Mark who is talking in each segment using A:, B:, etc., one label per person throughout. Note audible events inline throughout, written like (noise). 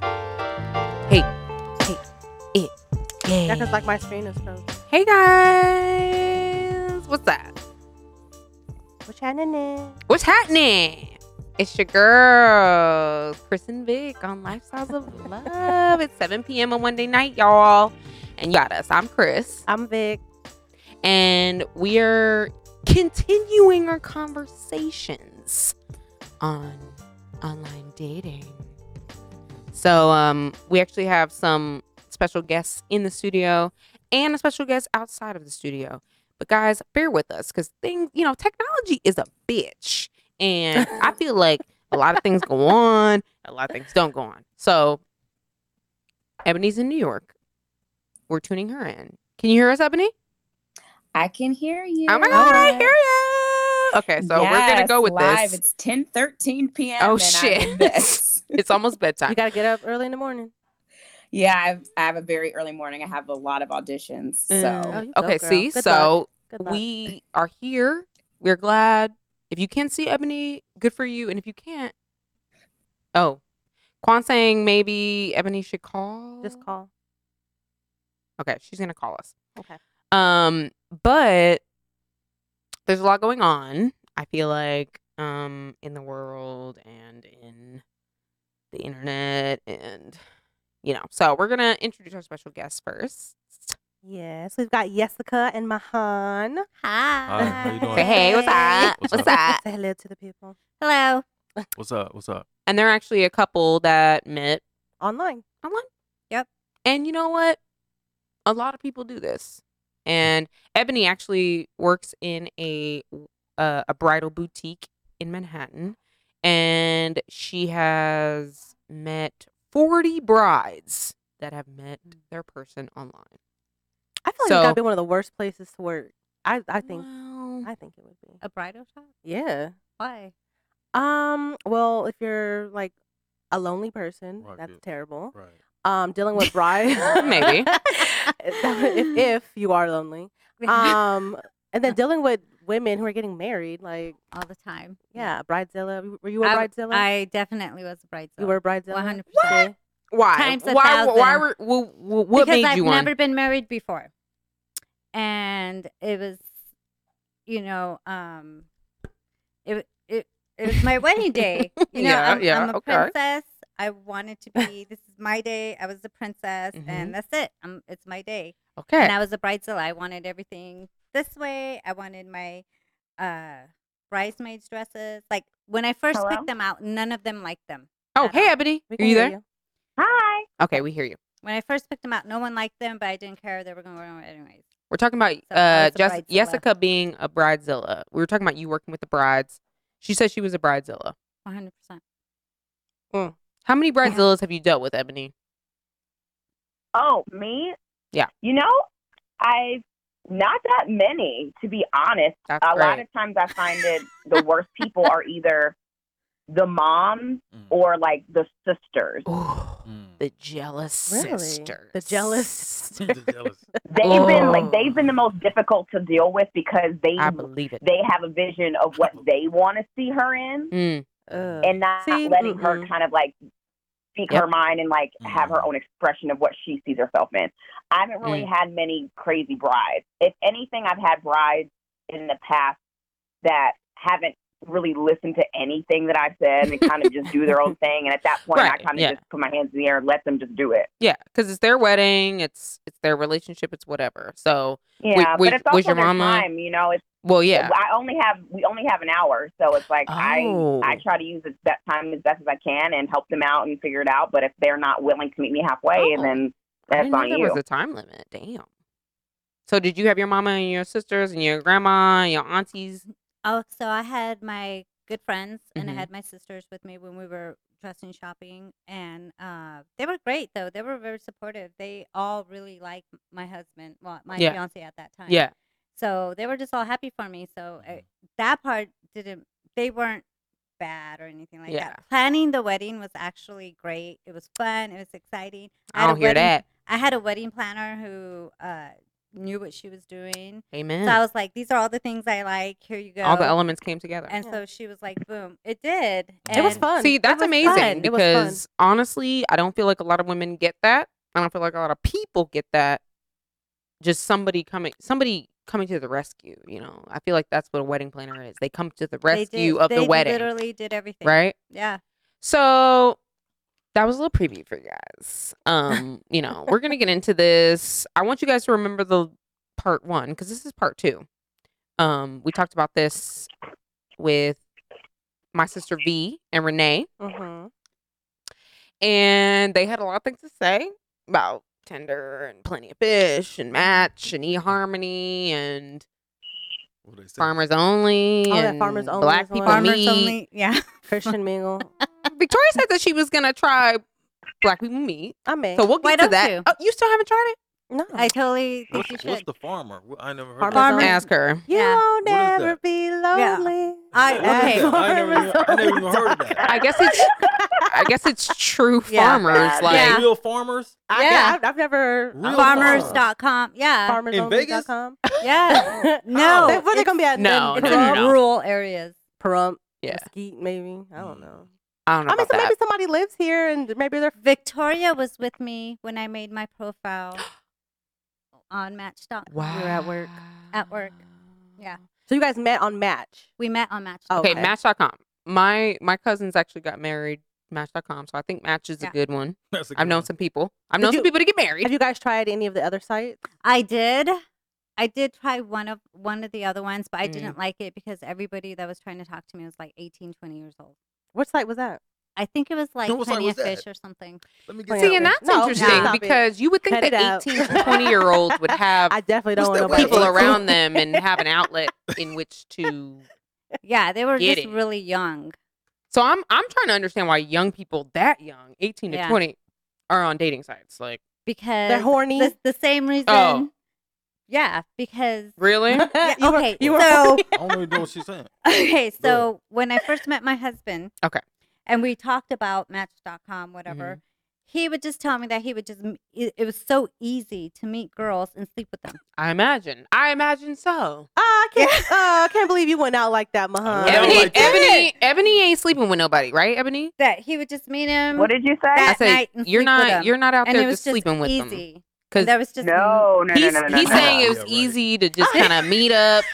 A: Hey, hey, it, hey.
B: Yeah, 'cause like my screen is frozen.
A: hey guys, what's that?
B: What's happening?
A: What's happening? It's your girls, Chris and Vic on Lifestyles of Love. it's 7 p.m. on Monday night, y'all. And yada, so I'm Chris,
B: I'm Vic.
A: and we are continuing our conversations on online dating. So, um, we actually have some special guests in the studio and a special guest outside of the studio. But guys, bear with us because things, you know, technology is a bitch, and I feel like a lot of things go on, a lot of things don't go on. So, Ebony's in New York. We're tuning her in. Can you hear us, Ebony?
C: I can hear you.
A: Oh my god, I hear you. Okay, so we're gonna
C: Yes,
A: go with
C: live.
A: this.
C: It's ten thirteen p.m.
A: Oh,
C: and I'm
A: shit.
C: in this. (laughs)
A: It's almost bedtime.
B: You gotta get up early in the morning.
C: yeah, I've, I have a very early morning. I have a lot of auditions, so
A: Mm.
B: Oh, you go,
A: okay,
B: girl.
A: see,
B: Good
A: so
B: Good luck.
A: we are here. We're glad. If you can see Ebony, good for you. And if you can't, oh, Quan saying maybe Ebony should call.
B: just call.
A: Okay, she's gonna call us.
B: Okay.
A: Um, but there's a lot going on. I feel like um in the world and in the internet and you know. So we're gonna introduce our special guest first.
B: Yes, we've got Jessica and Mahan.
D: Hi, how you doing?
A: Say hey, what's up?
D: What's
A: What's
D: up?
A: up?
B: Say hello to the people
A: Hello.
D: What's up? What's up?
A: And they're actually a couple that met
B: online.
A: online.
B: Yep.
A: And you know what? A lot of people do this.
E: Mm.
A: And Ebony actually works in a uh, a bridal boutique in Manhattan, and she has met forty brides that have met
E: Mm.
A: their person online.
B: I feel like it's gotta
A: So-
B: be one of the worst places to work. I I think
A: Well,
B: I think it would be.
E: A bridal shop?
B: Yeah.
E: Why?
B: Um. Well, if you're like a lonely person,
D: Right,
B: that's
D: yeah.
B: terrible.
D: Right.
B: Um, dealing with brides,
A: (laughs)
E: (laughs)
A: Maybe.
B: (laughs) if, if you are lonely.
A: (laughs)
B: Um, and then dealing with women who are getting married, like
E: (laughs) all the time.
B: yeah, bridezilla. W- Were you a
E: I,
B: bridezilla?
E: I definitely was a bridezilla.
B: you were a bridezilla.
E: 100%.
B: Okay.
A: why?
E: Times a
A: why?
E: thousand.
A: Why were? wh- wh- what
E: because
A: made
E: I've
A: you
E: never
A: one?
E: been married before. And it was you know, um it it it was my wedding (laughs) day. You know,
A: Yeah,
E: I'm,
A: yeah,
E: I'm a
A: okay.
E: princess. I wanted to (laughs) be this is my day. I was the princess
A: Mhm.
E: and that's it. i it's my day.
A: Okay.
E: And I was a bridezilla. I wanted everything this way. I wanted my uh bridesmaids dresses. Like when I first
C: Hello?
E: picked them out, none of them liked them.
A: oh,
E: I
A: hey,
E: don't-
A: Ebony,
B: We
A: are
B: can
A: you
B: hear
A: there?
C: hi.
A: Okay, we hear you.
E: When I first picked them out, no one liked them, but I didn't care. They were going to wear them anyways.
A: We're talking about
E: So I
A: uh,
E: was a
A: Jess-
E: bridezilla.
A: Jessica being a bridezilla. We were talking about you working with the brides. She said she was a bridezilla.
E: 100%.
A: How many bridezillas have you dealt with, Ebony?
C: Oh, me?
A: Yeah.
C: You know, I not that many, to be honest.
A: That's
C: A
A: great.
C: lot of times I find it the worst people are either the moms
D: Mm,
C: or like the sisters.
A: Ooh,
D: mm.
A: the jealous
B: Really? The
A: sisters. (laughs)
B: jealous
D: The
C: (laughs)
D: jealous.
C: They've been
A: Oh.
C: like they've been the most difficult to deal with because they
A: I believe it.
C: they have a vision of what they want to see her in
A: Mm,
B: Ugh.
C: and not
B: See,
C: letting her
B: mm-mm.
C: kind of like speak
A: mm-hmm. Yep. Mm-hmm.
C: her mind and like have her
D: Mm.
C: own expression of what she sees herself in. I haven't
A: Mm.
C: really had many crazy brides. If anything, I've had brides in the past that haven't really listened to anything that I've said and kind of just do
A: (laughs)
C: their own thing. And at that point,
A: Right,
C: I kind of
A: yeah.
C: just put my hands in the air and let them just do it.
A: yeah, because it's their wedding. It's it's their relationship. It's whatever. So,
C: Yeah,
A: wait,
C: but it's
A: was
C: also
A: your
C: their
A: mama-
C: time, you know. It's
A: well, yeah.
C: I only have we only have an hour, so it's like
A: Oh.
C: I I try to use it- that time as best as I can and help them out and figure it out. But if they're not willing to meet me halfway,
A: Oh.
C: and then
A: I
C: that's
A: didn't know
C: on
A: there
C: you.
A: was a time limit. Damn. So did you have your mama and your sisters and your grandma and your aunties?
E: Oh, so I had my good friends and I
A: Mhm.
E: had my sisters with me when we were dressing shopping, and uh, they were great though. They were very supportive. They all really liked m- my husband, well, my
A: Yeah.
E: fiance at that time.
A: Yeah.
E: So they were just all happy for me. So uh,
A: Mm.
D: Mhm.
E: that part didn't. They weren't bad or anything like
A: Yeah.
E: that. Planning the wedding was actually great. It was fun. It was exciting.
A: I don't
E: a
A: hear
E: wedding-
A: that.
E: I had a wedding planner who uh, knew what she was doing.
A: Amen.
E: So I was like, these are all the things I like. Here you go.
A: Mm. All the elements came together.
E: And
B: Yeah.
E: so she was like, boom, it did.
D: It was
E: And-
B: fun.
A: See,
B: It
A: that's
B: was
A: amazing
B: fun. It was fun.
A: because honestly, I don't feel like a lot of women get that. I don't feel like a lot of people get that. Just somebody coming, somebody coming to the rescue. You know, I feel like that's what a wedding planner is. They come to the
E: They
A: rescue
E: did-
A: of
E: they
A: the wedding,
E: literally did everything.
A: right?
E: Yeah.
A: So that was a little preview for you guys. Um, you know, we're gonna get into this. I want you guys to remember the part one because this is part two. Um, we talked about this with my sister V and Renee, (laughs)
B: Mhm.
A: and they had a lot of things to say about Tinder and Plenty of Fish and Match and eHarmony and
D: What they say?
A: Farmers Only
B: Oh, yeah,
A: and
B: Farmers Only
A: Black
B: is one.
A: People
E: Farmers
A: Meet.
E: only. Yeah. (laughs)
B: Christian mingle.
A: (laughs) Victoria said that she was gonna try Black People Meet.
B: I may.
A: So we'll get
E: Why
A: to
E: don't
A: that.
E: you?
A: Oh, you still haven't tried it?
B: no.
A: (laughs)
E: I totally think you
D: What's, what's
E: should.
D: the farmer? Wh- I never heard.
B: Farmer's
D: that.
B: Farmer-
A: Don't ask her.
E: Yeah.
B: You'll
D: What is
B: never
D: that?
B: be
E: Yeah.
B: lonely.
E: I-
D: What is
E: okay.
D: that? I never, even, I never even heard
A: (laughs)
D: of that.
A: I guess
E: (laughs)
A: it's I guess it's true
E: Yeah.
A: farmers like
E: Yeah.
D: Real farmers (laughs)
B: I,
E: Yeah.
B: I've, I've never.
D: Real farmers.
E: Farmers.com. Yeah.
D: In
A: (laughs)
D: Vegas?
B: FarmersOnly.com.
E: Yeah. (laughs)
B: Oh,
E: No.
B: (laughs) they, where they
E: it's-
B: gonna be at?
A: No,
B: in
A: no,
E: it's
A: no,
E: in
A: no.
E: rural areas.
B: Pahrump,
A: yeah.
B: Mesquite, maybe. I
D: Mm.
B: don't know.
A: I don't know
B: I mean,
A: about
B: so
A: that.
B: maybe somebody lives here and maybe they're.
E: Victoria was with me when I made my profile on Match.com. We were at work. At work. Yeah.
B: So you guys met on Match.
E: We met on Match.
B: Oh,
A: Okay,
B: Okay.
A: Match.com. My my cousins actually got married Match.com, so I think Match is
E: Yeah.
A: a good one.
D: That's a
A: I've
D: good
A: known
D: one.
A: some people. I've
B: Did
A: known
B: you-
A: some people to get
B: Have
A: married.
B: you guys tried any of the other sites?
E: I did. I did try one of one of the other ones, but I
A: Mm.
E: didn't like it because everybody that was trying to talk to me was like 18, 20 years old.
B: What site was that?
E: I think it was like
D: what site
E: Plenty
D: was
E: of Fish
D: that?
E: or something.
D: Let me
B: See,
D: get
A: See,
D: that
A: and
D: one.
A: that's
B: No,
A: interesting
E: stop
B: it.
A: because you would think
B: Cut it
A: that
B: out.
A: 18 to 20 year olds would have
B: I definitely don't
D: What's
B: want
D: that
B: nobody.
A: Uh,
D: website?
A: people
D: What's that?
B: (laughs)
A: around them and have an outlet in which to
E: Yeah, they were
A: Get
E: just
A: it.
E: really young.
A: So I'm I'm trying to understand why young people that young, 18 to
E: Yeah.
A: 20, are on dating sites. Like,
E: Because
B: They're horny.
E: The, the same reason.
A: Oh.
E: Yeah, because
A: (laughs)
B: (laughs)
A: really?
E: Yeah,
B: (laughs) You were-
E: okay,
B: you were-
E: so-
D: I don't even know what she's saying.
A: (laughs)
E: okay,
D: ahead.
E: so when I first met my husband,
A: Okay. Mm-hmm.
E: and we talked about Match.com, whatever. He would just tell me that he would just, m- e, it, it was so easy to meet girls and sleep with them.
A: I imagine. I imagine so.
B: Ah, I can't. Oh, I can't believe you went out like that, Mahan.
D: Yeah,
A: Ebony,
D: like that.
A: Ebony, Ebony ain't sleeping with nobody, right? Ebony,
E: That he would just meet him.
C: What did you say?
A: I
E: That
A: say
E: night and
A: you're
E: sleep
A: not
E: with them.
A: you're not out
E: and
A: there
E: it was
A: just sleeping with them
E: easy.
A: because
E: That was just
C: No, no, no,
A: he's
C: no, no, no,
A: he's
C: no.
A: saying it was
D: Yeah, right.
A: easy to
C: (laughs)
A: just kind of meet up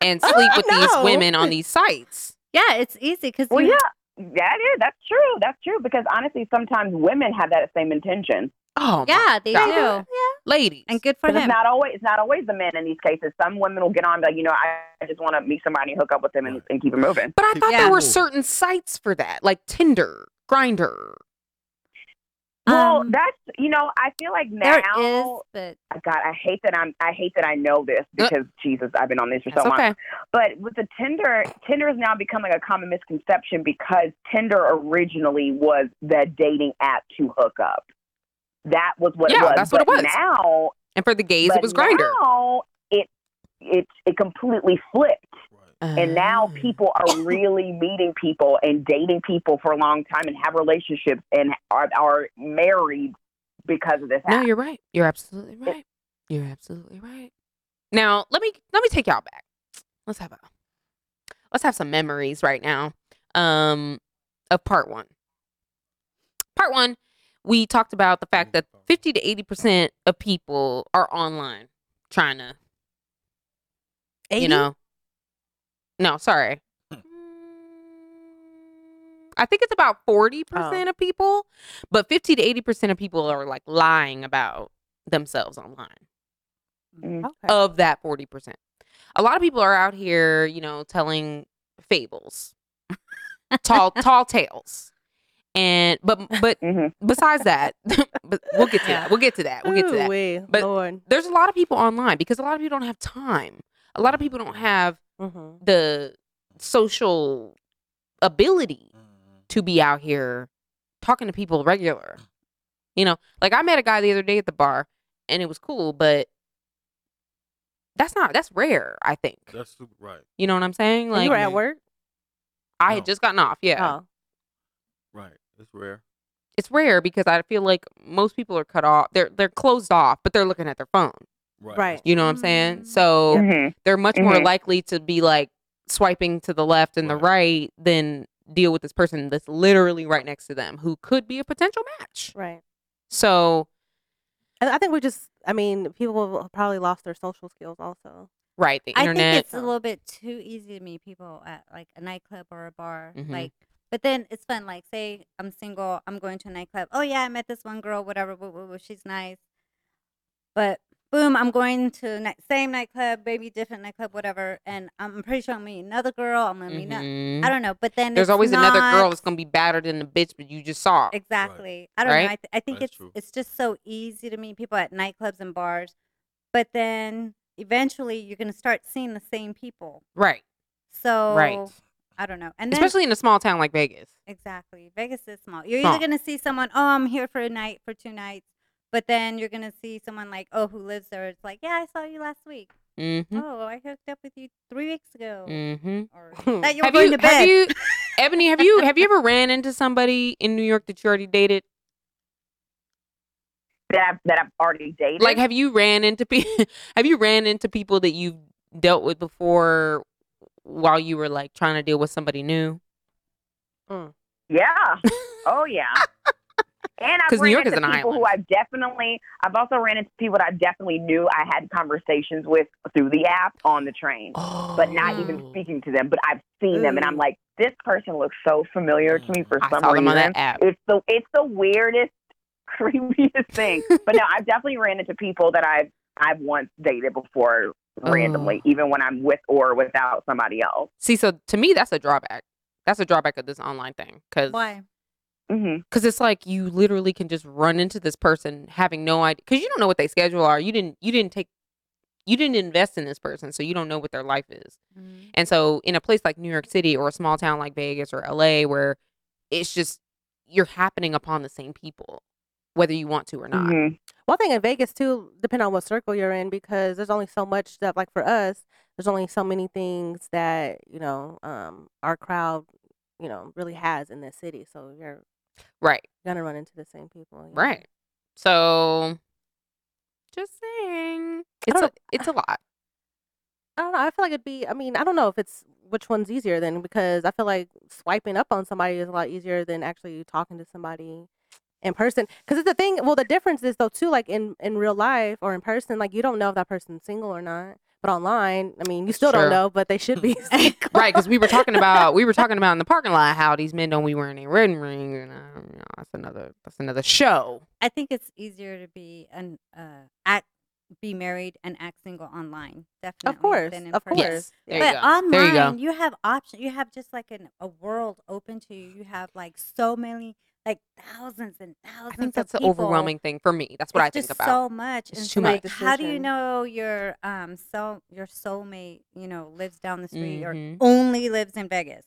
A: and
C: Oh,
A: sleep with
B: No.
A: these women on these sites.
E: Yeah, it's easy because
C: Well, yeah, that is. That's true. That's true. Because honestly, sometimes women have that same intention.
A: Oh, my
E: yeah, they
A: God.
E: do,
A: ladies,
E: and good for
C: 'Cause It's
E: him.
C: not always. It's not always the men in these cases. Some women will get on, but you know, I, I just want to meet somebody, and hook up with them, and, and keep it moving.
A: but I thought
E: Yeah.
A: there were certain sites for that, like Tinder, Grinder.
C: Well,
E: Um,
C: that's you know, I feel like
E: there
C: now.
E: is, but
C: God, I hate that I'm. I hate that I know this
A: Uh,
C: because Jesus, I've been on this for
A: That's
C: so long.
A: okay.
C: But with the Tinder, Tinder has now become like a common misconception because Tinder originally was the dating app to hook up. That was what
A: Yeah,
C: it was.
A: that's what it
C: But
A: was.
C: Now
A: And for the gays,
C: but
A: it was Grinder.
C: Now it it it completely flipped,
A: (laughs)
C: and now
A: Mm.
C: people are really meeting people and dating people for a long time and have relationships and are are married because of this.
A: No,
C: app.
A: you're right. You're absolutely right. You're absolutely right. Now let me let me take y'all back. Let's have a let's have some memories right now. Um, of part one. Part one, we talked about the fact that fifty to eighty percent of people are online trying to you
B: 80?
A: know. No, sorry. Hmm. I think it's about 40% of people, but 50 to 80% of people are like lying about themselves online
B: Okay.
A: of that 40%. A lot of people are out here, you know, telling fables, (laughs) tall tall tales. And but but
C: Mhm.
A: besides that, (laughs) but we'll get to
E: Yeah.
A: that. We'll get to that. We'll get to that
B: Ooh-wee,
A: But-
B: Lord.
A: there's a lot of people online because a lot of people don't have time. A lot of people don't have
B: Mhm.
A: the social ability
D: Mm-hmm.
A: to be out here talking to people regular. You know, like I met a guy the other day at the bar and it was cool, but that's not that's rare, I think.
D: That's super right.
A: You know what I'm saying?
B: you
A: Like
B: were at work?
A: I had
D: No.
A: just gotten off, yeah.
B: Oh.
D: Right. It's rare.
A: It's rare because I feel like most people are cut off. They're they're closed off, but they're looking at their phone.
D: Right.
B: Right.
A: You know what I'm saying?
E: Mm.
A: So
C: Mhm.
A: they're much more
E: Mm-hmm.
C: Mhm.
A: likely to be like swiping to the left and the right than deal with this person that's literally right next to them who could be a potential match.
B: Right.
A: So,
B: And I think we're just, I mean, people have probably lost their social
A: (laughs)
B: skills also.
A: right, the
E: I think
A: internet.
E: it's a little bit too easy to meet people at like a nightclub or a bar.
A: Mhm.
E: Like, but then it's fun. Like, say I'm single, I'm going to a nightclub. Oh yeah, I met this one girl. Whatever, woo, woo, woo, she's nice. But boom, I'm going to ni- same nightclub, maybe different nightclub, whatever. And I'm pretty sure I'm meeting another girl. I'm gonna meet. ano-
A: Mhm.
E: I don't know. But then
A: There's
E: it's
A: always another girl
E: not-
A: that's going to be badder than the bitch but you just saw.
E: Exactly. I don't know.
A: Right?
E: I, th- I think
D: That's
E: it's
D: true.
E: it's just so easy to meet people at nightclubs and bars, but then eventually you're gonna start seeing the same people.
A: Right.
E: So
A: Right.
E: I don't know. And Oh. then,
A: Especially in a small town like Vegas.
E: exactly, Vegas is small. You're
A: Small.
E: either gonna see someone, oh, I'm here for a night for two nights, but then you're gonna see someone like, oh, who lives there? It's like, yeah, I saw you last week.
A: Mhm.
E: Oh, I hooked up with you three weeks ago.
A: Mhm.
E: Or (laughs) that Mm. you were Oh. going to bed.
A: have you Ebony, have you have you ever ran into somebody in New York that you already dated?
C: That I've, that I've already dated.
A: like have you ran into people (laughs) have you ran into people that you've dealt with before while you were like trying to deal with somebody new
C: yeah. Oh yeah.
A: (laughs)
C: And I've
A: 'Cause New
C: ran
A: York is
C: into
A: an
C: people who
A: island.
C: I definitely, I've also ran into people that I definitely knew I had conversations with through the app on the train.
A: oh. Mm.
C: but not even speaking to them. But I've seen them, and I'm like, this person looks so familiar to me for
A: i
C: some
A: saw them on
C: reason.
A: that app
C: It's the it's the weirdest, (laughs) creepiest thing. but no, I've definitely ran into people that I've I've once dated before randomly,
A: Oh.
C: even when I'm with or without somebody else.
A: see so to me that's a drawback that's a drawback of this online thing because
E: (laughs) Why?
C: hmm
A: it's like you literally can just run into this person having no idea because you don't know what they schedule are you didn't you didn't take you didn't invest in this person so you don't know what their life is
E: Mm-hmm.
A: And so in a place like New York City or a small town like Vegas or LA where it's just you're happening upon the same people whether you want to or not.
E: Mm-hmm.
C: hmm
B: One thing in Vegas too, depending on what circle you're in, because there's only so much that, like for us, there's only so many things that you know um, our crowd, you know, really has in this city. So you're
A: Right.
B: gonna run into the same people. yeah.
A: Right. So just saying it's a,
B: don't-
A: it's a lot.
B: I don't know. I feel like it'd be. I mean, I don't know if it's which one's easier then, because I feel like swiping up on somebody is a lot easier than actually talking to somebody in person. Because the thing, well, the difference is though too, like in in real life or in person, like you don't know if that person's single or not. But online, I mean, you still
A: Sure.
B: don't know, but they
A: (laughs)
B: should be (laughs) single.
A: Right, cuz we were talking about we were talking about in the parking lot how these men don't be wearing their wedding ring and uh, you know, that's another that's another show.
E: I think it's easier to be an uh, act, be married and act single online. Definitely,
B: Of course,
E: than in
B: of course.
E: person.
A: Yes. There you
E: but
A: go.
E: online,
A: There you go.
E: you have options. You have just like an, a world open to you. You have like so many, like thousands and thousands.
A: I think
E: of
A: that's the
E: people.
A: overwhelming thing for me. That's what
E: it's
A: I think
E: just
A: about.
E: So much.
A: It's
E: and
A: too
E: like,
A: much.
E: How do you
B: Decision.
E: know your um soul your soulmate? You know, lives down the street
A: Mhm.
E: or only lives in Vegas.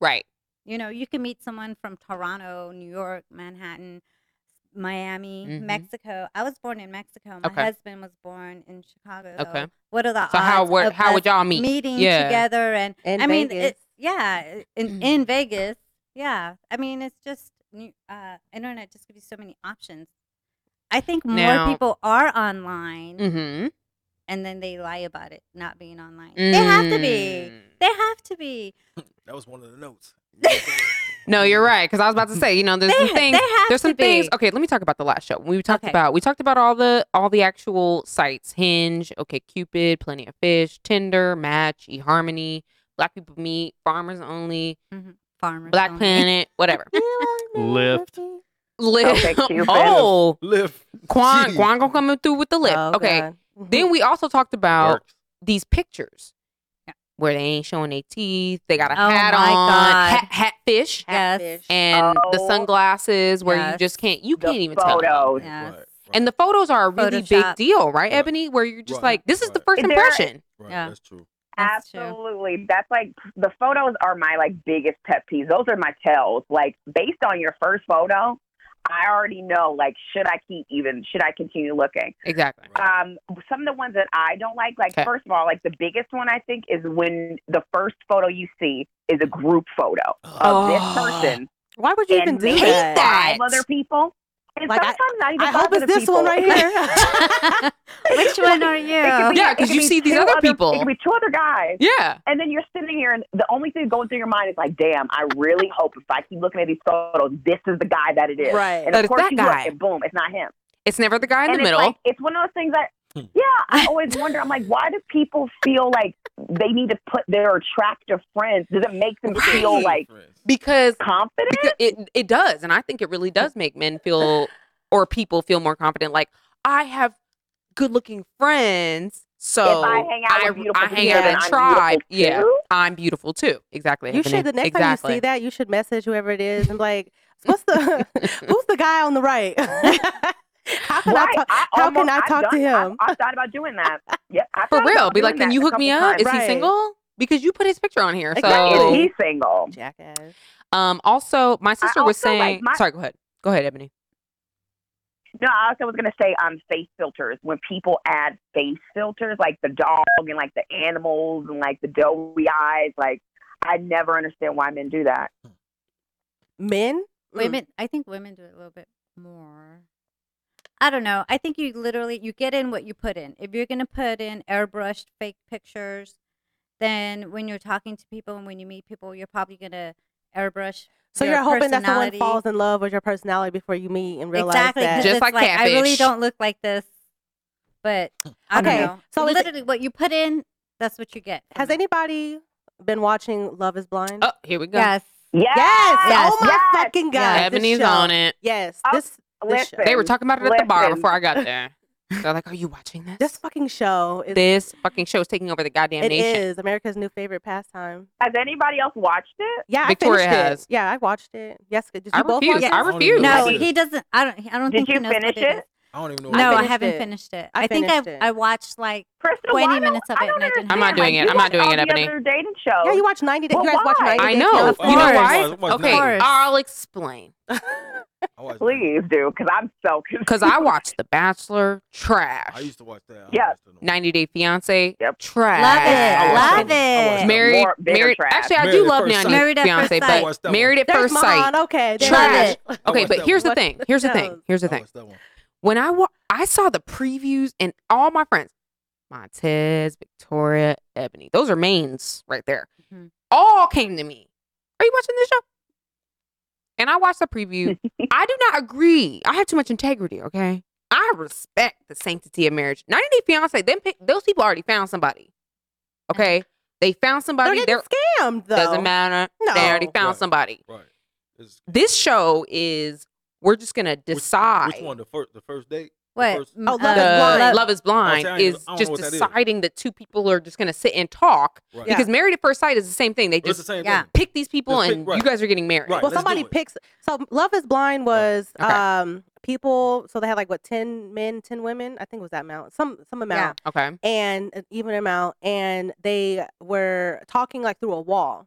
A: right.
E: You know, you can meet someone from Toronto, New York, Manhattan, Miami,
A: Mhm.
E: Mexico. I was born in Mexico. My
A: Okay.
E: husband was born in Chicago. so
A: Okay.
E: What are the odds?
A: So how were,
E: of
A: how
E: us
A: would y'all meet?
E: meeting
A: Yeah.
E: together and
B: In
E: I mean,
B: Vegas.
E: it, yeah, in,
A: (clears throat)
E: in Vegas, yeah. I mean, it's just new- uh, internet just gives you so many options. I think more
A: Now-
E: people are online,
A: Mm-hmm.
E: and then they lie about it not being online. They have to
A: Mm.
E: be. They have to be.
D: That was one of the notes.
A: (laughs) No, you're right. Because I was about to say, you know, there's
E: They-
A: some things.
E: they have
A: there's some
E: to be.
A: things. uh, Okay, let me talk about the last show. We talked
E: Okay.
A: about we talked about all the all the actual sites: Hinge, OK Cupid, Plenty of Fish, Tinder, Match, eHarmony, Black People Meet, Farmers Only,
E: Farmers.
A: Black
E: only.
A: Planet,
E: (laughs)
A: whatever.
F: Lift.
A: Lift. (laughs)
C: Cupid.
A: Oh,
D: Live.
A: Quan
D: Jeez.
A: Quan gonna coming through with the lift.
B: Oh,
A: okay.
B: God.
A: Then we also talked about
D: Works.
A: these pictures
E: Yeah.
A: where they ain't showing their teeth. They got a
E: Oh
A: hat
E: my
A: on,
E: God.
A: hat, hat fish,
E: Yes. (laughs)
A: and the
C: Oh.
A: sunglasses where you
E: Yes.
A: just can't you
C: The
A: can't even tell.
C: photos.
E: Yes.
D: Right,
A: And the photos are a really big
E: Photoshop.
A: deal, right,
D: Right.
A: Ebony? Where you're just
D: Right.
A: like, this is the
D: Right.
A: first
C: There-
A: impression.
D: right,
E: Yeah.
D: that's true.
E: That's true.
C: Absolutely. That's like the photos are my like biggest pet peeves. Those are my tells. Like based on your first photo, I already know like should I keep even should I continue looking?
A: Exactly.
C: Um some of the ones that I don't like, like
A: Okay.
C: first of all, like the biggest one I think is when the first photo you see is a group photo of
A: Oh.
C: this person
B: Why would you even
C: and
B: do
C: maybe
A: that.
B: that?
C: five other people. And
B: Like, I-
C: sometimes not even
B: I hope
C: five
B: it's
C: other
B: this one
C: people.
B: right here.
E: Which one
A: (laughs)
E: are you?
C: It could be-
A: Yeah,
C: it
A: 'cause
C: could
A: you
C: be
A: see these
C: two
A: other people.
C: It could be two other guys.
A: Yeah.
C: And then you're sitting here, and the only thing going through your mind is like, damn, I really hope if I keep looking at these photos, this is the guy that it is.
B: Right.
C: And
A: That
C: of
A: it's
C: course,
A: that
C: you look,
A: guy.
C: and boom, it's not him.
A: It's never the guy in
C: and
A: the
C: it's
A: middle. Hmm.
C: like it's one of those things that, yeah,
A: (laughs)
C: I always wonder. I'm like, why do people feel like they need to put their attractive friends? Does it make them feel
A: Right.
C: like
D: Friends.
A: because
C: confident?
A: because it it does, and I think it really does make men feel or people feel more confident. Like I have good looking friends, so
C: if I hang out with beautiful
A: oh, I
C: people,
A: hang out
C: then
A: in
C: I'm
A: tribe.
C: beautiful
A: Yeah,
C: too?
A: I'm beautiful too. Exactly.
B: You
A: Anthony.
B: should the next
A: exactly.
B: time you see that, you should message whoever it is and be
A: (laughs)
B: like, what's the (laughs) who's the guy on the right? (laughs) How can I
C: Right.
B: talk?
C: I
B: how can
C: almost-
B: I
C: I've
B: talk to
C: done- I've-
B: him?
C: I've, thought about doing that. Yeah, I've
A: for
C: thought
A: real.
C: about
A: Be
C: doing
A: like, can
C: that
A: you
C: a
A: hook
C: couple
A: me up?
C: times.
A: Is he
B: Right.
A: single? Because you put his picture on here.
B: Exactly.
A: So
C: Is he single?
B: Jackass.
A: Um. Also, my sister was
C: also like
A: saying.
C: my-
A: sorry. Go ahead. Go ahead, Ebony.
C: No, I also was gonna say um face filters. When people add face filters, like the dog and like the animals and like the doughy eyes, like I never understand why men do that.
B: Men?
E: women i think women do it a little bit more i don't know i think you literally you get in what you put in if you're going to put in airbrushed fake pictures then when you're talking to people and when you meet people you're probably going to airbrush
B: So
E: your
B: you're hoping that someone
E: personality.
B: falls in love with your personality before you meet and realize
E: exactly 'cause
B: that.
A: Just
E: it's
A: like
E: i really
A: catfish.
E: don't look like this but i
B: Okay,
E: don't know
B: so is it-
E: literally what you put in that's what you get
B: Has anybody been watching Love is Blind?
A: Oh, here we go.
E: yes
C: Yes.
B: Yes. Oh my
C: Yes.
B: fucking god. this
A: Ebony's
B: show.
A: on it.
B: Yes.
C: Oh,
B: This this show.
C: listen.
A: They were talking about it at the bar
C: Listen.
A: before I got there. They're like, "Are you watching this?
B: this fucking show is
A: this fucking show is taking over the goddamn
B: it
A: nation."
B: is America's new favorite pastime.
C: Has anybody else watched it?
B: Yeah,
A: Victoria
B: I finished
A: has.
B: It. Yeah, I watched it. Yes, did you
A: I
B: both
A: refuse.
B: watch it?
E: Yes.
A: I refuse.
E: no
D: Yes.
E: he doesn't i don't i don't
C: Did
E: think he
C: you
E: knows what
C: finish
E: it
C: it?
E: is.
D: I don't even know.
E: no i,
D: what-
B: finished
E: haven't
B: it.
E: finished it
B: I
E: i, think
B: finished
E: i
B: it.
E: i watched like
C: Crystal,
E: 20
C: why don't-
E: minutes of
C: I
E: it
C: don't
E: and I didn't
C: understand.
A: I'm not doing
C: Like,
A: it.
C: you
A: I'm not
C: watch
A: doing
C: all
A: it,
C: the
A: Ebony.
C: Other dating shows.
B: Yeah, you watch 90 Day.
C: Well,
B: you guys watch
C: why?
B: 90 Day
A: I know.
B: Fiancé?
A: Oh, You know
E: course.
A: why?
D: Of course.
A: Okay,
E: Of course.
A: I'll explain.
D: I watched that.
C: Please do, because I'm so (laughs) confused.
A: Because I watched The Bachelor, trash.
D: I used to watch that. I
C: Yeah.
D: watched it on-
A: 90 Day Fiance,
C: Yep.
E: Love
A: trash.
E: it.
D: I watched
E: Love
D: that. I watched
E: it.
D: that.
A: Married,
C: More bitter
A: married.
C: trash.
A: Actually, I
D: Married
A: do
D: at
A: love
D: first
A: now.
D: sight.
E: Married at first
A: Beyonce,
E: sight.
A: but
D: Watch that one.
A: married at
B: There's
A: first
B: mine.
A: sight.
B: Okay. there
E: Love
B: it is.
E: it.
D: I
A: Okay,
B: (laughs)
D: watched
A: but
D: that
A: here's
D: one.
A: the thing. Here's the thing.
B: shows.
A: Here's the
D: I
A: thing.
D: watched that one.
A: When I wa- I saw the previews and all my friends, Montez, Victoria, Ebony. Those are mains right there.
B: Mm-hmm.
E: Mhm.
A: All came to me. Are you watching this show? And I watched the
E: (laughs)
A: preview. I do not agree. I have too much integrity. Okay. I respect the sanctity of marriage. 90 Day Fiance. Them pe- those people already found somebody. Okay. They found
B: They're
A: somebody.
B: getting
A: They're,
B: scammed though.
A: doesn't matter. They already
B: No.
A: found
D: Right.
A: somebody.
D: Right. It's-
A: This show is we're just gonna decide.
D: Which one? The first. The first date.
E: What?
D: first-
E: M-
B: Oh,
A: The
B: Love is Blind.
A: Love is Blind
D: Oh, see, I ain't-
A: is
D: I don't
A: just
D: know what that is.
A: deciding that two people are just gonna sit and talk
D: Right.
A: because Married at First Sight is the same thing. They
D: It's the
A: just
D: same
E: yeah.
D: thing.
A: pick these people
D: Just pick-
A: and
D: right.
A: you guys are getting married.
D: Right.
B: well,
D: let's do
B: somebody
D: it.
B: picks. So Love is Blind was
A: Okay.
B: um people. So they had like what ten men, ten women. I think it was that amount. Some some amount
A: Okay.
B: and an even amount, and they were talking like through a wall.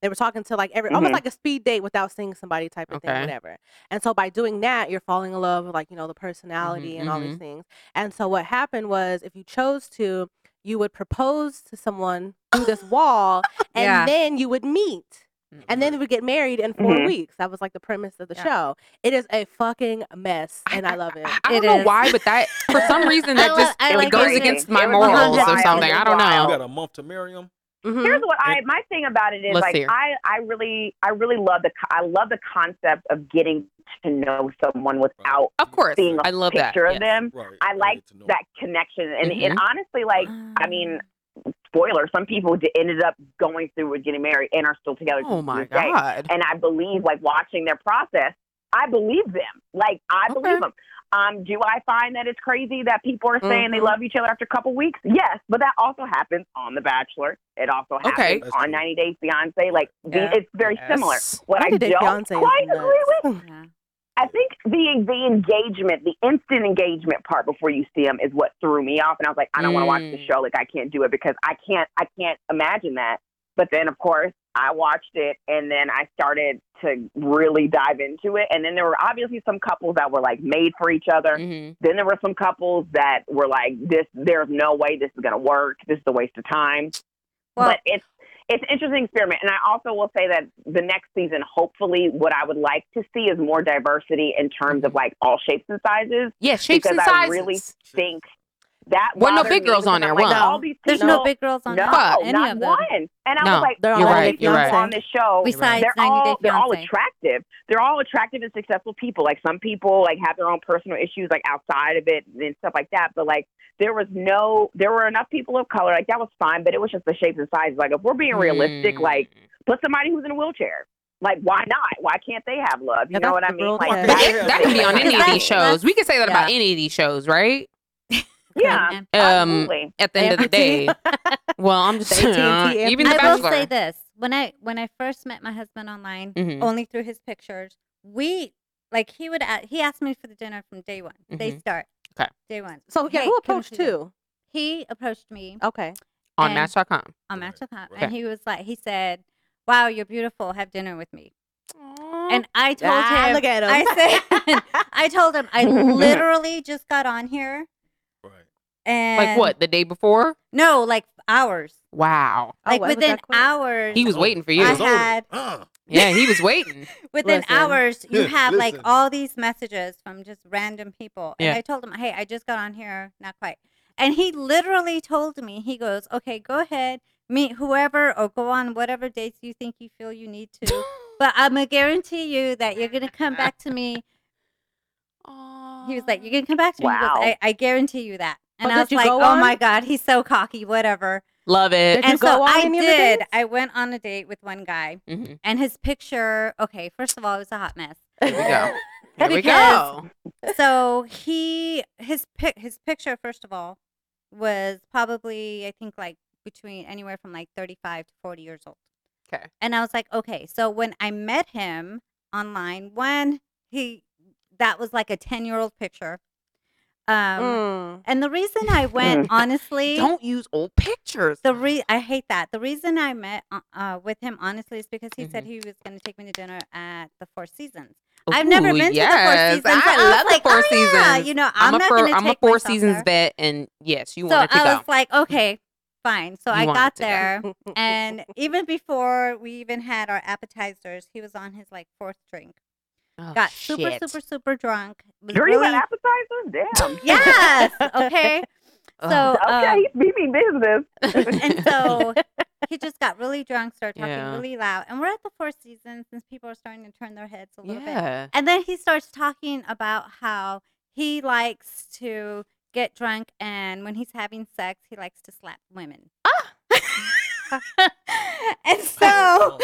B: They were talking to like every
D: Mm-hmm.
B: almost like a speed date without seeing somebody type of
A: Okay.
B: thing, whatever. And so by doing that, you're falling in love with like, you know, the
D: Mm-hmm,
B: personality and all these things. And so what happened was if you chose to, you would propose to someone through this wall and
E: Yeah.
B: then you would meet. And then we would get married in 4
C: Mhm.
B: weeks. That was like the premise of the
E: Yeah.
B: show. It is a fucking mess, and I love it.
A: I, I don't
E: It
A: know
E: is.
A: why, but that for some reason
E: I
A: that
E: love-
A: just
E: I
A: it
E: like
A: goes
E: it.
A: against my
C: It was
A: morals or
C: wild.
A: something. I don't
D: You
C: Wild.
A: know.
D: got a month to marry him.
B: Mhm.
C: Here's what I my thing about it is
A: Mm. Let's
C: like
A: hear.
C: I I really I really love the co- I love the concept of getting to know someone without
A: Of course,
C: Being a
A: I love that.
C: picture of
A: yes.
C: them.
D: Right.
C: I
D: gotta
C: like
D: get to know
C: that connection and it
A: Mm-hmm.
C: honestly like I mean spoiler some people d- ended up going through with getting married and are still together. to
A: Oh my
C: this day.
A: god.
C: and I believe like watching their process, I believe them. Like I
A: Okay.
C: believe them. Um, do I find that it's crazy that people are saying they
A: Mhm.
C: love each other after a couple weeks? Yes, but that also happens on The Bachelor. It also happens
A: Okay.
D: That's
C: on
D: true.
C: 90 Days Fiance. Like the-
E: Yeah.
C: it's very similar.
A: Yes.
C: What I
B: Ninety Day
C: don't
B: Fiancé is
C: quite agree
B: nuts.
C: with,
E: Yeah.
C: I think the the engagement, the instant engagement part before you see them is what threw me off, and I was like, I don't want to watch the
A: Mm.
C: show. Like I can't do it because I can't I can't imagine that. But then of course I watched it, and then I started to really dive into it, and then there were obviously some couples that were like made for each other.
A: Mhm.
C: Then there were some couples that were like, this there's no way this is gonna work. This is a waste of time
E: Well,
C: but it's it's an interesting experiment, and I also will say that the next season, hopefully, what I would like to see is more diversity in terms of like all shapes and sizes.
A: Yeah, shapes and
C: Because I
A: sizes.
C: really Think that
A: Weren't no
C: bothered
A: big
C: me
A: girls
C: because
A: on
C: I'm
A: there,
C: Like,
B: were
C: all
B: there?
C: these
E: there's
C: people,
E: no big girls on
C: no,
A: Fuck.
E: any
C: not
E: of them.
C: one. And I
A: No,
C: was like,
B: they're
C: all
B: all
A: You're
C: these
A: right, you're
C: people
A: right.
C: on the show.
E: Besides
C: they're
E: 90 Day
C: all they're all
E: Fiancé.
C: attractive. They're all attractive and successful people. Like some people like have their own personal issues like outside of it and stuff like that. But like there was no there were enough people of color. Like that was fine, but it was just the shapes and sizes. Like if we're being realistic,
A: Mm.
C: like put somebody who's in a wheelchair. Like why not? Why can't they have love? You
B: Yeah, that's
C: know what I
B: the
C: mean?
B: real
C: Like
B: thing.
A: But
C: that's
A: it-
C: the
A: that can be
C: thing.
A: on any of these
E: That's-
C: (laughs)
A: shows. We can say that about
E: yeah.
A: any of these shows, right?
C: Yeah.
A: Um,
E: And
C: absolutely.
A: at the end of the day. Well, I'm just
B: The AT&T
A: even the
E: I
A: Bachelor.
E: will say this: when I when I first met my husband online,
A: Mhm.
B: Mm-hmm.
E: only through his pictures, we like he would a he asked me for the dinner from day one. They
A: Mhm.
E: start.
A: Okay.
E: Day one.
B: (laughs) Mm-hmm. So yeah,
E: Hey,
B: who
E: come
B: approached
E: to dinner.
B: who? Oh.
E: He approached me
B: Okay.
A: on
E: and-
A: Match.com.
D: Right,
E: on Match.com,
D: right.
E: and he was like, he said, "Wow, you're beautiful. Have dinner with me."
A: And
E: And I told
B: Ah,
E: him,
B: look at him.
E: I said,
B: (laughs)
E: I told him, I literally just got on here,
D: Right.
E: and
A: like what the day before?
E: No, like hours.
A: Wow,
B: Oh,
E: Like
B: was it
E: within
B: that quick?
E: hours.
A: he was
D: Oh,
A: waiting for
D: He
A: you.
E: I
D: was on it.
E: had-
D: Uh,
A: Yeah, he was waiting.
E: within
B: Listen.
E: hours you have like
D: Listen.
E: all these messages from just random people and
A: Yeah.
E: i told him hey i just got on here not quite and he literally told me he goes okay go ahead meet whoever or go on whatever dates you think you feel you need to but i'm gonna guarantee you that you're gonna come back to me he was like you're gonna come back to me He goes,
C: Wow.
E: I, I guarantee you that and
B: But
E: i
B: did
E: was
B: you
E: like
B: go
E: oh
B: on?
E: my god he's so cocky whatever
A: "Love
B: Did
A: it."
B: you
E: and
B: go
E: so
B: on
E: i
B: any of the
E: did
B: dates?
E: i went on a date with one guy
A: hmm
E: and his picture okay first of all it was a hot mess
A: Here we
B: (laughs)
A: go. Here we
E: Because-
A: go.
E: so he his pic his picture first of all was probably I think like between anywhere from like 35 to 40 years old.
A: 'Kay.
E: And I was like, okay. So when I met him online, one he that was like a 10 year old picture. Um,
B: Mm.
E: and the reason I went
B: (laughs)
E: honestly,
A: Don't use old pictures.
E: the re I hate that. The reason I met uh, uh, with him honestly is because he
A: Mm-hmm.
E: said he was going to take me to dinner at the Four Seasons. I've never
A: Ooh,
E: been
A: yes.
E: to the Four Seasons. so
A: I
E: was
A: love
E: like,
A: the Four
E: "Oh,
A: Seasons.
E: Yeah, you know, I'm,
A: I'm, a
E: not
A: four,
E: gonna
A: I'm a
E: take
A: Four
E: myself
A: Seasons
E: there.
A: vet, and yes, you
E: So
A: wanted to
E: I
A: go.
E: was like,
A: (laughs)
E: okay, fine. So
A: You
E: I
A: wanted
E: got
A: to go.
E: there,
B: Mm. Oh,
E: and even before we even had our appetizers, he was on his like fourth drink.
A: Oh,
E: got
A: shit.
E: super, super, super drunk. was
C: Drink
E: really-
C: an appetizer? Damn.
E: Yes.
A: (laughs)
E: Okay.
A: Ugh.
E: So
C: okay,
E: (laughs) um,
C: he's beating business.
E: and so
A: (laughs)
E: he just got really drunk, started talking
A: Yeah.
E: really loud, and we're at the Four Seasons, and people are starting to turn their heads a little bit.
A: yeah.
E: And then he starts talking about how he likes to get drunk and when he's having sex, he likes to slap women.
A: Ah!
E: (laughs)
A: (laughs)
C: (laughs)
E: and so,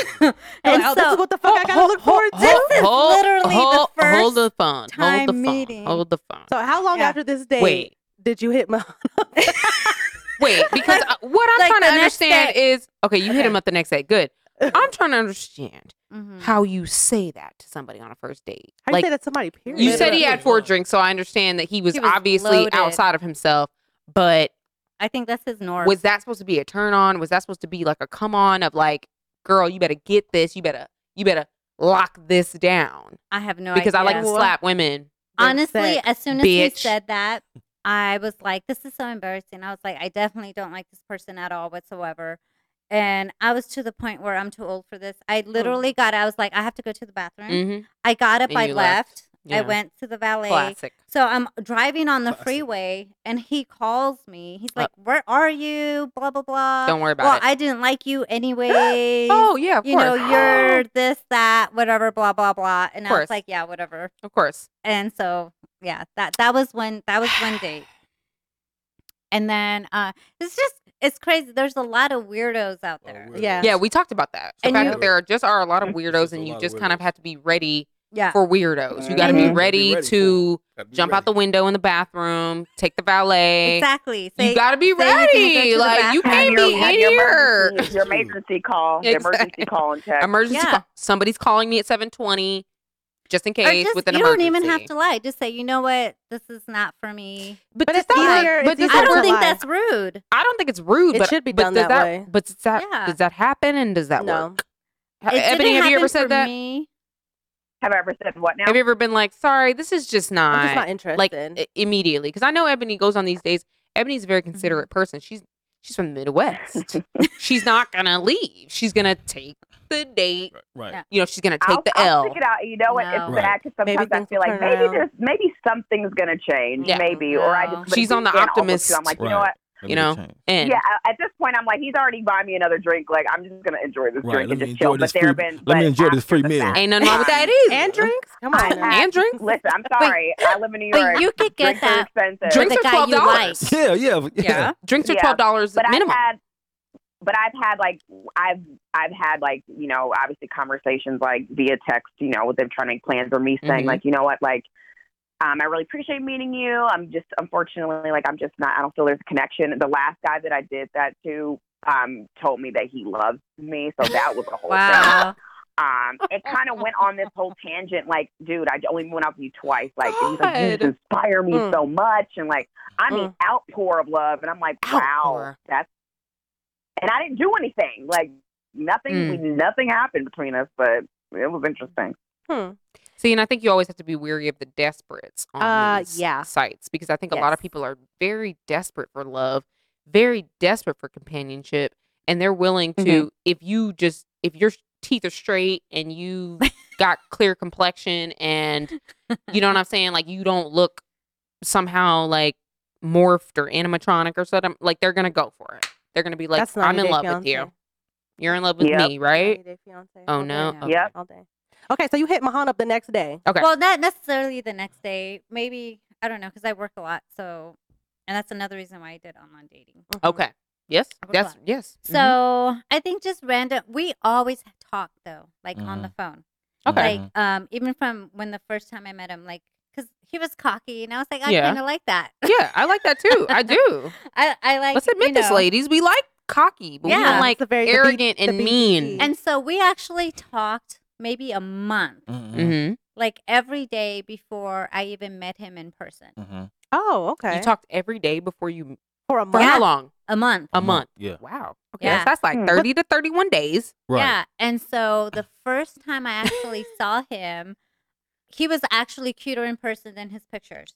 E: and
B: Wow, this is
E: so
B: what the fuck I gotta look forward to.
E: This is literally the
A: hold, hold the
E: first
A: phone.
E: time
A: hold the phone.
E: meeting.
A: Hold the phone.
B: So how long
E: Yeah.
B: after this date
A: Wait,
B: did you hit (laughs) my?
E: (laughs)
A: wait. Because uh, what I'm
E: like
A: trying to
E: the next
A: understand is okay. You hit
E: Okay.
A: him up the next day.
E: (laughs)
A: Good. I'm trying to understand
E: Mhm.
A: how you say that to somebody on a first date.
B: How you
A: like
B: say that to somebody? Period.
A: you said, he
D: Literally.
A: had four drinks, so I understand that he was,
E: He was
A: obviously
E: loaded.
A: outside of himself. But
E: I think that's his norm.
A: was that supposed to be a turn on? Was that supposed to be like a come on of like girl, you better get this. You better you better lock this down
E: I have no
A: because I
E: idea.
A: like to slap women.
E: Honestly, as soon as he
A: bitch.
E: said that, I was like, this is so embarrassing. I was like, I definitely don't like this person at all whatsoever. And I was to the point where I'm too old for this. I
A: Oh.
E: literally got, I was like, I have to go to the bathroom.
A: hmm
E: I got up,
A: And
E: I
A: you
E: left.
A: left.
E: I
A: Yeah.
E: went to the valet.
A: Classic.
E: So I'm driving on the
D: Classic.
E: freeway and he calls me. He's
A: Uh,
E: like, Where are you? Blah, blah, blah.
A: Don't worry about
E: well,
A: it.
E: I didn't like
A: (gasps)
E: you anyway.
A: oh yeah, of
E: you know,
A: course.
E: you're this, that, whatever, blah, blah, blah. And
A: Of
E: I was
A: course.
E: like, Yeah, whatever.
A: of course.
E: And so, yeah, that that was one that was one date. And then uh it's just it's crazy. There's a lot of weirdos out
D: Oh,
E: there.
D: weirdos.
B: Yeah.
A: Yeah, we talked about that. The
E: And
A: fact
E: you-
A: that there are just are a lot of
D: There's
A: weirdos,
D: just a
A: and you
D: lot of
A: just kind of
D: weirdos.
A: have to be ready
E: Yeah.
A: for weirdos. You got to
E: Mhm.
A: be
E: Gotta be
A: ready
D: ready for 'em.
A: to
D: Gotta be
A: jump out the
D: ready.
A: window in the bathroom, take the valet.
E: Exactly.
A: you
E: Say-
A: got to be
E: so you're gonna go to
A: ready.
E: the
A: like you
E: bathroom.
C: Have
A: can't
C: your,
A: be
C: have
A: in
C: your
A: here.
C: emergency-
D: That's
C: Your
D: true.
C: emergency call, the
A: Exactly.
C: emergency call and text.
A: Emergency.
E: Yeah.
A: call. Somebody's calling me at seven twenty, just in
E: or
A: case
E: just-
A: with an
E: you
A: emergency.
E: don't even have to lie. Just say, you know what, this is not for me.
A: But,
B: But
A: does
B: it's
A: that-
B: easier-
A: but
B: it's
A: does
B: easier
A: that
E: I
B: to
E: don't
A: work-
E: think
B: lie.
E: that's rude.
A: I don't think it's rude.
B: It
A: but,
B: should be
A: but
B: done
A: does
B: that way.
A: But does that
E: Yeah.
A: does that happen? And does that
B: No.
A: work? Ha-
E: It
A: Ebony,
E: didn't
A: have you
E: happen
A: ever
E: for
A: said that?
E: me.
C: Have I ever said what now?
A: Have you ever been like, sorry, this is just not,
B: I'm just not interested.
A: like i- immediately? Because I know Ebony goes on these days. Ebony's a very considerate person. She's she's from the Midwest. she's not gonna leave. She's gonna take the date.
D: Right, Right.
E: Yeah.
A: You know, she's gonna take
C: I'll,
A: the
C: I'll
A: L.
C: stick it out. You know what? It's
E: No.
D: Right.
C: bad 'cause
B: Maybe
C: sometimes I
B: things
C: feel
B: will
C: like
B: turn
C: maybe
B: around.
C: there's maybe something's gonna change.
E: Yeah.
C: Maybe, or I
E: No.
C: just
A: She's on the
C: and almost,
A: optimist.
C: I'm like, you know
D: Right.
C: what?
D: Let
A: You
D: me
A: know,
D: change.
A: and
C: yeah, a- at this point, I'm like, he's already buying me another drink. Like, I'm just gonna enjoy this
D: Right,
C: drink and
D: let me
C: just
D: enjoy
C: chill. But
D: this
C: there have
D: free-
C: been,
D: let me
C: but
D: enjoy this
C: after
D: free
C: the
D: meal.
C: fact,
A: ain't nothing wrong with that
C: I-
A: either.
B: and drinks. Come
C: I
B: on. now.
C: have-
A: and drinks.
C: Listen, I'm sorry. I live in New York.
E: But you could get
C: Drinks are (laughs)
E: that.
C: expensive.
E: Drink-
A: Drinks
E: the
A: are
E: guy
A: twelve
E: you
A: dollars.
E: like.
D: Yeah, yeah, yeah. (laughs)
A: Yeah, drinks are
C: Yeah.
A: twelve dollars
C: but
A: minimum.
C: I've had, but I've had like I've I've had like you know obviously conversations like via text you know with them trying to make plans or me saying
A: Mhm.
C: like you know what like um, I really appreciate meeting you. I'm just unfortunately like I'm just not I don't feel there's a connection. The last guy that I did that to um told me that he loves me, so that was a whole thing.
E: Wow.
C: Um, it kind of went on this whole tangent, like, dude, I only went out with you twice. Like, and he's like, you
A: God.
C: just inspire me
B: Mm.
C: so much, and like, I mean,
B: Mm.
C: outpour of love, and I'm like, wow,
A: Outpour.
C: that's. And I didn't do anything. Like, nothing,
A: Mm.
C: we, nothing happened between us, but it was interesting.
B: Hmm.
A: See, and I think you always have to be weary of the desperates on
B: Uh,
A: these
B: yeah.
A: sites because I think a lot of
B: Yes.
A: people are very desperate for love, very desperate for companionship, and they're willing to
B: Mm-hmm.
A: if you just if your teeth are straight and
B: (laughs)
A: you got clear complexion and you know what I'm saying, like you don't look somehow like morphed or animatronic or something, like they're gonna go for it. They're gonna be like,
B: That's 90
A: I'm in
B: Day
A: love with
B: Fiancé.
A: you. You're in love with
C: Yep.
A: me, right?
B: 90 Day Fiancé.
A: Oh
B: All
A: no.
B: day.
E: Yeah.
A: Okay.
C: Yep.
B: All day. Okay, so you hit Mahan up the next day.
A: Okay.
E: Well, not necessarily the next day. Maybe I don't know because I work a lot, so and that's another reason why I did online dating.
B: Mhm.
A: Okay. Yes.
E: Upper
A: That's
E: class.
A: yes. Mm-hmm.
E: So I think just random. We always talk though, like on
A: Mm-hmm.
E: the phone.
D: Mm-hmm.
A: Okay.
E: Like um, even from when the first time I met him, like because he was cocky, and I was like, I
A: Yeah.
E: kind of like that.
A: yeah, I like that too. I do.
E: (laughs) I (laughs) I like.
A: Let's
E: you
A: admit this,
E: know.
A: ladies. We like cocky, but we
E: Yeah.
A: don't like
B: It's a very- the B-
A: arrogant and
B: the
A: mean.
B: BT.
E: And so we actually talked maybe a month,
D: Mm-hmm.
A: Mhm.
E: like every day before I even met him in person.
A: Mm.
D: Mm-hmm.
B: Oh, okay.
A: You talked every day before you
B: for a
A: for
B: month.
A: how long?
E: A month.
A: A month.
D: Mm-hmm. Yeah.
A: Wow. Okay.
E: Yeah.
A: That's, that's like
C: Hmm.
A: thirty to thirty-one days.
E: (laughs)
D: Right.
E: Yeah. And so the first time I actually saw him, he was actually cuter in person than his pictures.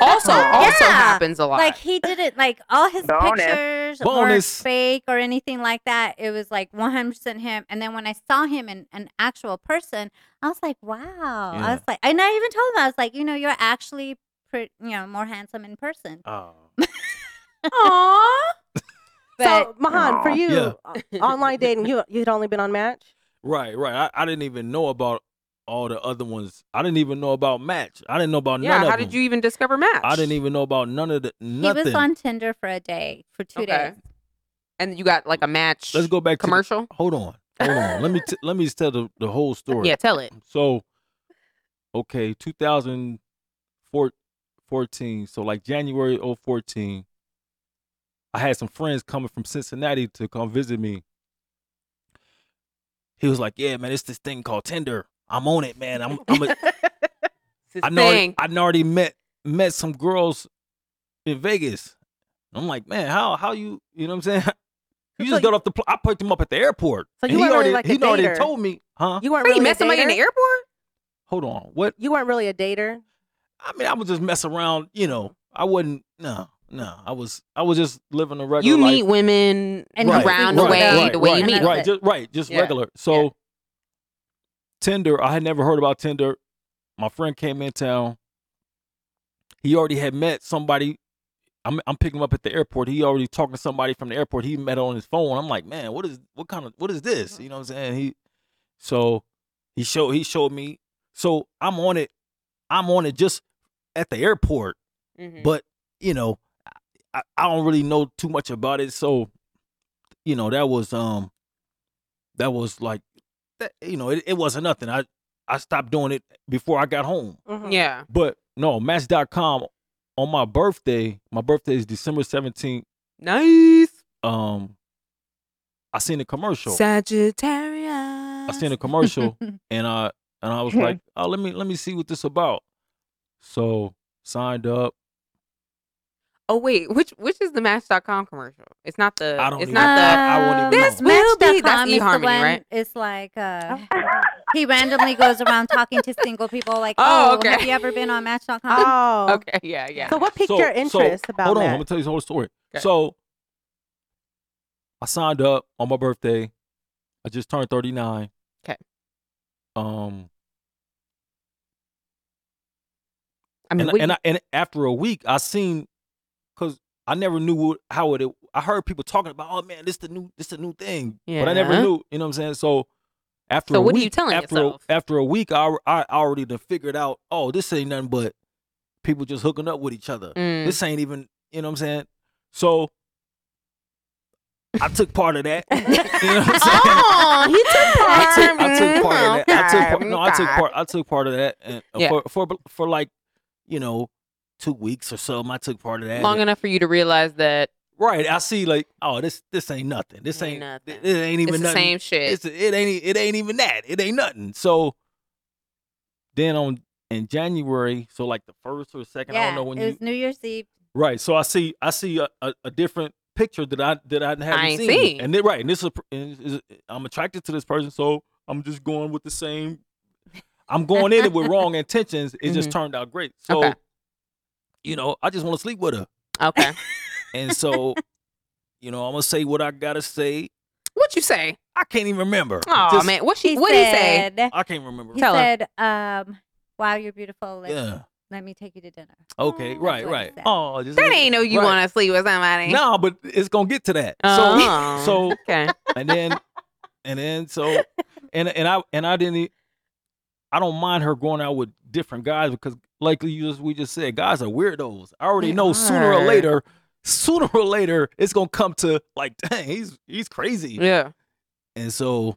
A: Also, also
E: Yeah.
A: happens a lot. (laughs)
E: Like he didn't like all his
C: Bonus.
E: pictures weren't
D: Bonus.
E: fake or anything like that. It was like 100% him. And then when I saw him in an actual person, I was like, wow. I
D: Yeah.
E: was like, and I even told him I was like, you know, you're actually pretty, you know, more handsome in person.
D: Oh.
A: Aww.
E: But
B: so Mahan, for
C: Aw.
B: you,
D: Yeah.
B: o- (laughs) online dating, you you'd only been on Match.
D: Right, right. I, I didn't even know about all the other ones. I didn't even know about Match. I didn't know about
A: Yeah.
D: none
A: How
D: of
A: did
D: them.
A: you even discover match?
D: I didn't even know about none of the nothing.
E: he was on Tinder for a day, for two
A: Okay.
E: days.
A: And you got like a match.
D: Let's go back to the-
A: commercial.
D: hold on, hold on. let me t- let me just tell the, the whole story.
A: Yeah. Tell it.
D: So, okay, 2014. So like January of 14, I had some friends coming from Cincinnati to come visit me. He was like, "Yeah, man, it's this thing called Tinder. I'm on it, man. I'm,
A: (laughs)
D: I'm a,
A: It's
D: I
A: his
D: know already,
A: thing.
D: I done already met met some girls in Vegas. I'm like, man, how how you you know what I'm saying? (laughs) You
B: So
D: just
B: you-
D: got off the. Pl- I picked him up at the airport.
B: So
D: And
B: you
D: he
B: weren't really
D: already
B: like a
D: he already
B: dater.
D: told me, huh?
B: You weren't
A: Wait, you
B: really
A: met
B: a
A: somebody in the
B: dater?
A: airport?
D: Hold on. What?
B: You weren't really a dater.
D: I mean, I would just mess around. You know, I wouldn't. No, no. I was. I was just living a regular.
A: You
D: life.
A: meet women
E: And
D: Right,
A: around the
D: right,
A: way
D: right,
A: the way you
D: right,
E: and
A: meet.
E: that's
D: Right,
E: it.
D: just right, just
A: Yeah.
D: regular. So Tinder, I had never heard about Tinder. My friend came in town. He already had met somebody. I'm I'm picking him up at the airport. He already talking to somebody from the airport. He met on his phone. I'm like, man, what is what kind of what is this? You know what I'm saying? He so he showed he showed me. So I'm on it. I'm on it just at the airport
E: Mm-hmm.
A: Mhm.
D: but you know I, I don't really know too much about it so you know that was um that was like that, you know it, it wasn't nothing i i stopped doing it before i got home
B: Mhm.
A: Yeah.
D: but no match.com on my birthday my birthday is december 17th
A: Nice.
D: um i seen a commercial
A: Sagittarius.
D: i seen a commercial and I and I was like, oh, let me let me see what this about. So signed up.
A: Oh wait, which which is the Match.com commercial? It's not the.
D: I don't
A: It's
D: even-
A: not the.
D: I
E: Um,
D: won't even
A: This will be- that's
E: Match.com is the
A: eHarmony,
E: one-
A: right? Oh.
E: It's like uh,
C: I
E: he randomly goes around talking to single people. Like,
A: Oh,
E: oh,
A: okay.
E: have you ever been on Match.com?
A: (laughs)
B: Oh.
A: Okay. Yeah. Yeah.
B: So what piqued
D: So-
B: your
D: so,
B: interest about
D: Hold on, I'm
B: that?
D: gonna tell you the whole story.
A: Okay.
D: So I signed up on my birthday. I just turned 39.
A: 'Kay.
D: Um
A: I mean,
D: and,
A: what
D: and
A: you-
D: I, and after a week, I seen because I never knew what, how it. I heard people talking about, oh man, this the new, this the new thing, but I never
A: Yeah.
D: knew. You know what I'm saying? So after
A: So
D: a
A: what are
D: week,
A: you telling
D: after
A: yourself?
D: A, after a week, I I already done figured out. Oh, this ain't nothing but people just hooking up with each other.
A: Mm.
D: This ain't even. You know what I'm saying? So I took part of that. you know what
A: (laughs)
D: I'm saying?
A: oh, he mm. took (laughs) part.
D: I took, I took part of that. I took part, no, I took
A: Okay.
D: part. I took part of that, and uh,
A: Yeah.
D: for for for like, you know, two weeks or so. I took part of that.
A: Long
D: And-
A: enough for you to realize that
D: right? I see, like, oh, this this ain't nothing. This
A: Ain't
D: ain't
A: nothing.
D: It, ain't even
A: it's the
D: nothing.
A: same shit.
D: It's it ain't it ain't even that. It ain't nothing. So then on in January, so like the first or second, I
E: yeah,
D: don't know when
E: it
D: you
E: was New Year's Eve.
D: Right. So I see I see a, a, a different picture that I that I haven't
A: ain't
D: seen.
A: seen.
D: And then right, and this is, a pr- and is- is- I'm attracted to this person, so I'm just going with the same I'm going in it with
A: (laughs)
D: wrong intentions. It just
A: Mhm.
D: turned out great. So
A: Okay.
D: you know, I just want to sleep with her. (laughs)
A: okay.
D: And so you know, I'm going to say what I got to say.
A: What you say?
D: I can't even remember.
A: Oh
D: Just-
A: man, what she?
E: He
A: What he say?
E: said, he say?
D: I can't remember.
E: He
A: Tell her.
E: said, um, "Wow, you're beautiful. Let,
D: Yeah.
E: let me take you to dinner."
D: Okay.
E: That's
D: right,
E: what he
D: right.
E: said.
D: Oh, just
A: That ain't no you
D: right.
A: want to sleep with somebody.
D: No, but it's going to get to that. So
A: Oh,
D: so- (laughs)
A: okay.
D: and then and then so and and I and I didn't e- I don't mind her going out with different guys because like you just, we just said guys are weirdos. I already
A: They
D: know sooner or
A: are.
D: later sooner or later it's going to come to like dang he's he's crazy.
A: Yeah.
D: And so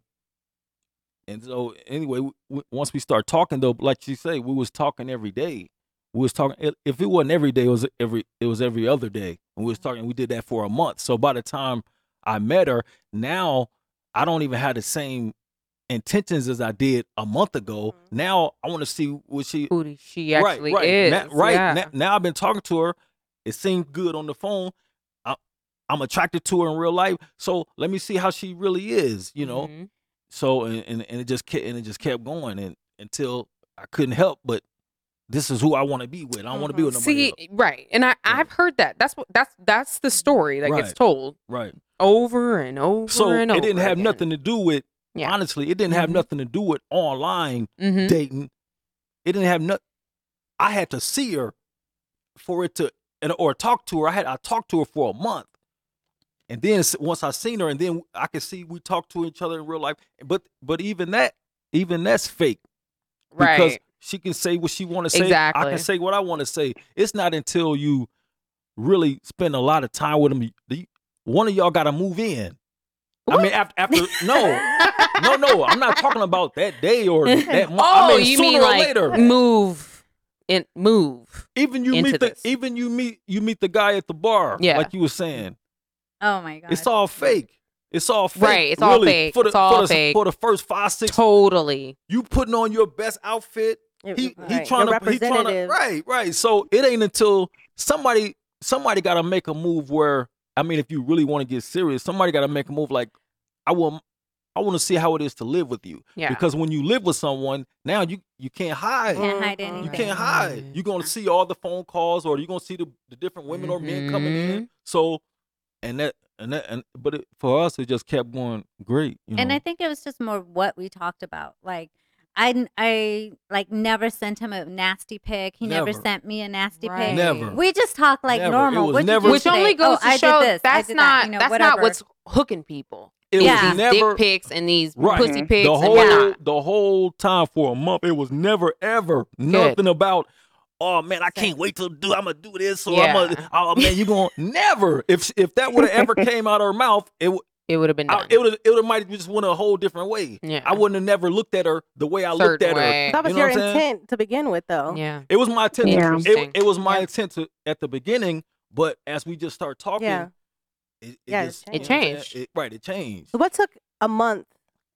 D: and so anyway w- w- once we start talking though like you say we was talking every day. We was talking i- if it wasn't every day it was every it was every other day. And we was talking we did that for a month. So by the time I met her. Now I don't even have the same intentions as I did a month ago.
B: Mhm.
D: Now I want to see what she
A: Who the- she actually
D: right, right,
A: is.
D: na- right.
A: Yeah.
D: na- now I've been talking to her. It seemed good on the phone. I, I'm attracted to her in real life. So let me see how she really is. You know.
A: Mhm.
D: So and, and and it just kept and it just kept going and until I couldn't help but this is who I want to be with. I don't want to be
B: Mhm.
D: with nobody
A: Mm-hmm. See,
D: else.
A: right, and I
D: Yeah.
A: I've heard that. That's what that's that's the story that gets
D: Right.
A: told
D: Right.
A: over and over
D: So
A: and over.
D: it didn't have
A: again.
D: nothing to do with.
A: Yeah.
D: Honestly, it didn't have
A: Mhm.
D: nothing to do with online
A: Mhm.
D: dating. It didn't have no. I had to see her for it to and or talk to her. I had I talked to her for a month, and then s- once I seen her, and then I could see we talked to each other in real life. But but even that even that's fake
A: Right.
D: because she can say what she want to say. I
A: Exactly.
D: can say what I want to say. It's not until you really spend a lot of time with them. the- One of y'all got to move in. I mean, after after no. No, no, I'm not talking about that day or
A: (laughs)
D: that month.
A: Oh,
D: I mean,
A: you
D: sooner
A: mean
D: or
A: like
D: later.
A: move and move?
D: even you
A: into
D: meet the
A: this.
D: even you meet you meet the guy at the bar
A: Yeah.
D: like you were saying
E: Oh my god!
D: it's all fake it's all fake
A: Right, it's all
D: really,
A: fake,
D: for the,
A: it's all
D: for the,
A: fake.
D: for the first five six
A: Totally.
D: you putting on your best outfit
B: It-
E: (laughs)
D: he, he
B: right.
D: trying
B: Your
D: to he trying to
B: representative.
D: right right so it ain't until somebody somebody got to make a move where I mean, if you really want to get serious, somebody got to make a move. Like, I want, I want to see how it is to live with you.
A: Yeah.
D: Because when you live with someone, now you you can't hide.
E: Can't hide
B: Mm, mm.
E: anything.
D: You can't hide.
A: Mhm.
D: You're gonna see all the phone calls, or you're gonna see the, the different women or men coming in. So, and that and that and but it, for us, it just kept going great. You know?
E: And I think it was just more what we talked about. Like I, n- I, like never sent him a nasty pic. He never,
D: Never.
E: sent me a nasty
A: Right.
E: pic.
D: Never.
E: We just talk like
D: Never. It
E: normal.
D: was
E: What'd you
D: never-
E: do
A: Which
E: today?
A: only goes
E: oh, I
A: to
E: did
A: show
E: this, I
A: that's
E: did
A: not
E: that, you know,
A: that's
E: whatever.
A: not what's hooking people.
D: it
E: Yeah.
D: was
A: These
D: never
A: dick pics and these
D: Right.
A: pussy
E: Mm-hmm.
C: Mhm.
A: pics
D: the
A: and
D: whole
A: whatnot.
D: the whole time for a month. It was never ever nothing about. Oh man, I can't wait to do. I'm gonna do this. So I'm
A: Yeah.
D: gonna. Oh man, you gonna never. If if that would have ever came out of her mouth, it w-
A: It would have been
D: I,
A: done.
D: it would it would might just went a whole different way.
A: yeah.
D: I wouldn't have never looked at her the way I looked
A: Certain
D: at her.
A: way.
B: That was
D: You know
B: your
D: what I'm saying?
B: intent to begin with,
E: Oh.
B: though.
A: Yeah.
D: It was my intent.
C: Yeah.
D: It,
A: Interesting.
D: it was my
E: Yeah.
D: intent to, at the beginning, but as we just start talking,
B: Yeah.
D: it, it
B: Yeah, it
D: just,
B: changed.
A: It
D: you know what I'm saying?
A: changed.
D: It- right, it changed.
B: So what took a month?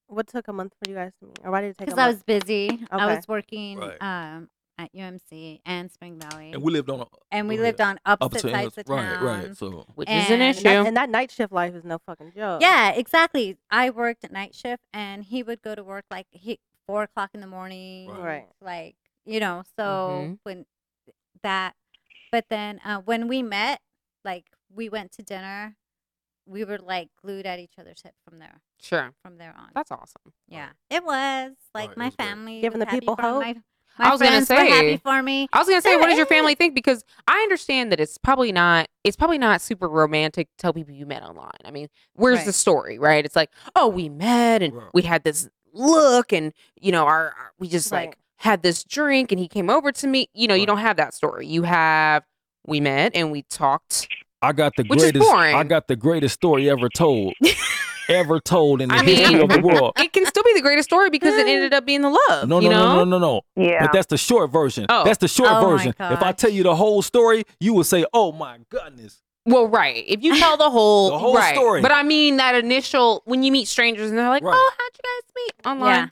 B: What took a month for you guys to meet? Or why did it take? a
E: because I was
B: month?
E: busy. I
B: Okay.
E: was working
D: Right.
E: um, at UMC and Spring Valley,
D: And we lived on a-
E: And we
D: yeah,
E: lived on opposite
D: opposite
E: sides
D: ends.
E: of
D: Right,
E: town.
D: right. So
A: Which is an
E: And-
B: And that,
A: issue.
B: and that night shift life is no fucking
A: Oh.
B: joke.
E: Yeah, exactly. I worked at night shift, and he would go to work like he four o'clock in the morning.
D: Right.
B: Right.
E: Like you know, so
A: Mhm.
E: when that, but then uh, when we met, like we went to dinner, we were like glued at each other's hip from there
A: Sure.
E: from there on.
A: That's awesome.
E: yeah, it was
A: Oh,
E: like
D: Right, it
E: my
D: was great.
E: family
B: Giving
E: was
B: the
E: happy
B: people
E: for me,
B: hope?
E: My,
A: I
E: my
A: was gonna
E: friends were
A: say-
E: happy for me.
A: I was gonna say,
E: There
A: what does your
E: is.
A: family think? Because I understand that it's probably not it's probably not super romantic to tell people you met online. I mean, where's the
E: Right.
A: story, right? It's like, oh, we met and
D: Right.
A: we had this look and you know, our, our- we just
B: Right.
A: like had this drink and he came over to me. You know,
D: Right.
A: you don't have that story. You have we met and we talked.
D: I got the
A: Which is
D: greatest. I
A: boring.
D: got the greatest story ever
A: (laughs)
D: told, ever told in the
A: I
D: history
A: mean- (laughs)
D: of the world.
A: It can still be the greatest story because it ended up being the love.
D: No, no,
A: you know?
D: no, no, no, no.
C: (laughs) Yeah.
D: But that's the short version.
A: Oh.
D: That's the short
E: Oh my
D: version. If I
E: gosh.
D: tell you the whole story, you will say, "Oh my goodness."
A: Well, right. If you tell the whole,
D: The whole
A: right.
D: story.
A: But I mean that initial when you meet strangers and they're like,
D: Right.
A: "Oh, how'd you guys meet online?"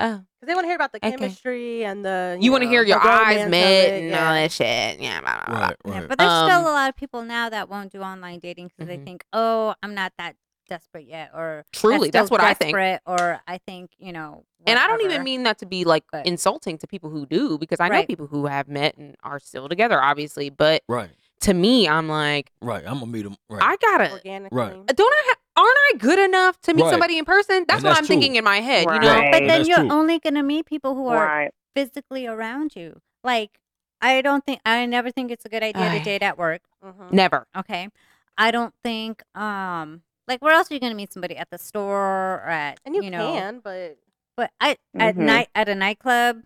A: Oh,
B: 'Cause they want to hear about the
A: Okay.
B: chemistry and the.
A: you want to
B: know,
A: hear
B: the
A: your
B: romance
A: eyes
B: of
A: met
B: it,
A: and
B: yeah.
A: all that shit. Ah, Yeah, blah, blah, blah.
D: Right,
E: Yeah,
D: right.
E: but there's
A: Um,
E: still a lot of people now that won't do online dating because
A: Mhm.
E: they think, oh, I'm not that desperate yet, or
A: Truly, that's
E: still
A: what I think.
E: desperate, Or I think you know,
A: And I don't even
E: whatever.
A: mean that to be like
E: But-
A: insulting to people who do because I know
E: Right.
A: people who have met and are still together, obviously. But
D: Right,
A: to me, I'm like,
D: right. I'm gonna meet him. Right.
A: I gotta.
B: Organically.
A: Don't I? Ha- aren't I good enough to meet
D: Right.
A: somebody in person? That's what
D: that's
A: I'm
D: true.
A: thinking in my head. You
C: Right.
A: know,
E: But then
D: That's
E: you're
D: true.
E: only gonna meet people who are
C: right.
E: physically around you. Like I don't think I never think it's a good idea
A: Aye.
E: to date at work.
B: Mhm.
A: never.
E: Okay, I don't think um like where else are you gonna meet somebody at the store or at
B: And you,
E: know
B: can, but
E: but I at
D: Mm-hmm.
C: Mhm.
E: night at a nightclub.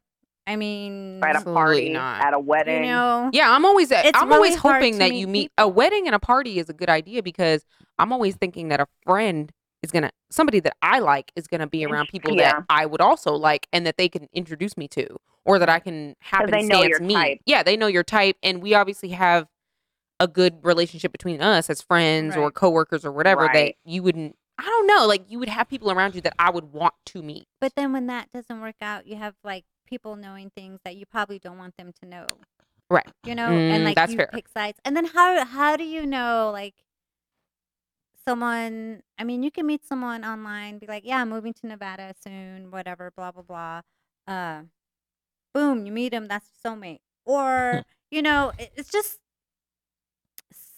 E: I mean,
C: at a
A: Absolutely
C: party,
A: not.
C: at a
E: you
C: wedding.
E: know,
A: Yeah, I'm always uh,
E: It's
A: I'm
E: really
A: always
E: hard
A: hoping
E: to
A: that
E: meet
A: you meet a wedding and a party is a good idea because I'm always thinking that a friend is gonna somebody that I like is gonna be around people
C: Yeah.
A: that I would also like and that they can introduce me to or that I can happen
C: they know your
A: meet.
C: type.
A: Yeah, they know your type and we obviously have a good relationship between us as friends or
E: Right.
A: coworkers or whatever
C: Right.
A: that you wouldn't I don't know, like you would have people around you that I would want to meet.
E: But then when that doesn't work out, you have like people knowing things that you probably don't want them to know.
A: Right.
E: You know,
A: Mm,
E: and like
A: that's
E: you
A: fair.
E: pick sides. And then how how do you know like someone I mean, you can meet someone online, be like, Yeah, I'm moving to Nevada soon, whatever, blah blah blah. Uh, boom, you meet him, that's
A: (laughs)
E: your soulmate. Or, you know, it, it's just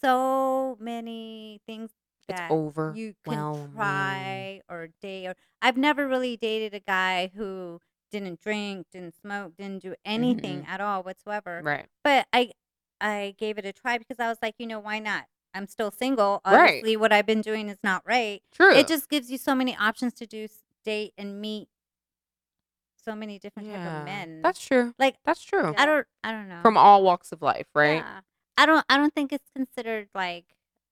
E: so many things
A: It's
E: that
A: over.
E: you
A: well,
E: can try or date or I've never really dated a guy who didn't drink, didn't smoke, didn't do anything at all whatsoever.
A: Mm-hmm. right.
E: But I I gave it a try because I was like, you know, why not? I'm still single.
A: Right.
E: Obviously, what I've been doing is not right.
A: True.
E: It just gives you so many options to do s- date and meet so many different type
A: Yeah.
E: of men.
A: That's true.
E: like
A: That's true.
E: I don't I don't know.
A: From all walks of life, right?
E: Uh-huh. Yeah. I don't I don't think it's considered like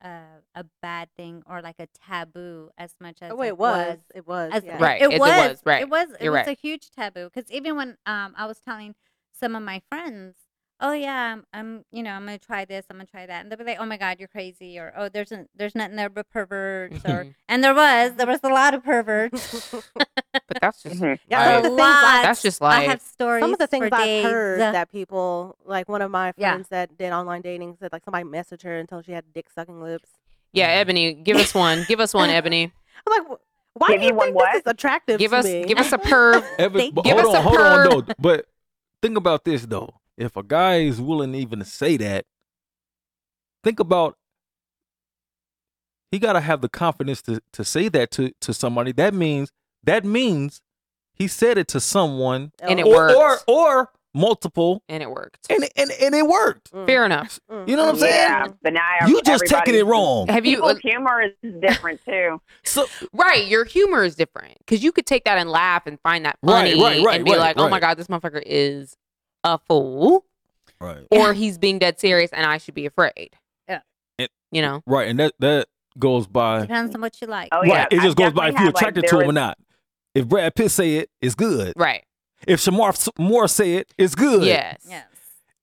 E: a, a bad thing or like a taboo as much as
B: oh, it
E: it
B: was. It was.
E: as-
B: yeah.
A: Right.
E: It,
A: as it
E: was,
A: was, right.
E: It was. It
A: You're
E: was
A: right.
E: a huge taboo because even when um I was telling some of my friends, oh yeah, I'm, I'm you know I'm gonna try this, I'm gonna try that, and they'll be like, oh my god, you're crazy, or oh there's n- there's nothing there but perverts, or
A: (laughs)
E: and there was there was a lot of perverts.
A: But that's
D: Mm-hmm.
A: just
C: Mhm.
B: Yeah, some
A: Right.
B: of the things I-
A: that's just
E: I
A: life.
E: have stories.
B: some of the things
E: for
B: I've
E: days.
B: heard that people like one of my
E: Yeah.
B: friends that did online dating said like somebody messaged her until she had dick sucking lips.
A: Yeah,
D: Mm-hmm.
A: Ebony, give us one. Give us one, Ebony.
B: I'm like, "Wh- why
C: Give
B: do you
C: me one
B: think
C: what?
B: this is attractive
A: Give
B: to
A: us
B: me?
A: give
B: (laughs)
A: us a perv.
D: Evan,
E: Thank
D: but
A: you.
D: hold
A: Give us
D: on,
A: a
D: hold
A: purr.
D: on, though. But think about this though. If a guy is willing even to say that, think about he gotta have the confidence to, to say that to, to somebody. That means that means he said it to someone
A: and it
B: Oh,
D: or,
A: worked.
D: or or multiple
A: and it worked.
D: and, and and it worked.
B: mm,
A: Fair enough.
B: mm,
D: You know what I'm saying?
C: yeah, but now
D: You just taking it
C: everybody's-
D: wrong.
A: (laughs) Have you uh,
C: People's humor is different too.
D: So
A: right? Your humor is different because you could take that and laugh and find that
D: Right,
A: funny
D: right, right,
A: and be
D: right,
A: like, "Oh my
D: right.
A: god, this motherfucker is a fool,"
D: right,
A: or "He's being dead serious and I should be afraid."
E: Yeah.
D: It-
A: you know.
D: right, and that that goes by
E: Depends on what
B: (laughs)
E: you like.
C: Oh
D: right.
C: yeah,
D: It just
C: I
D: goes by
C: definitely
D: if you're
C: had, like,
D: attracted
C: there
D: to him
C: was-
D: or not. If Brad Pitt say it, it's good.
A: Right.
D: If Shamar Moore say it, it's good.
A: Yes.
E: Yes.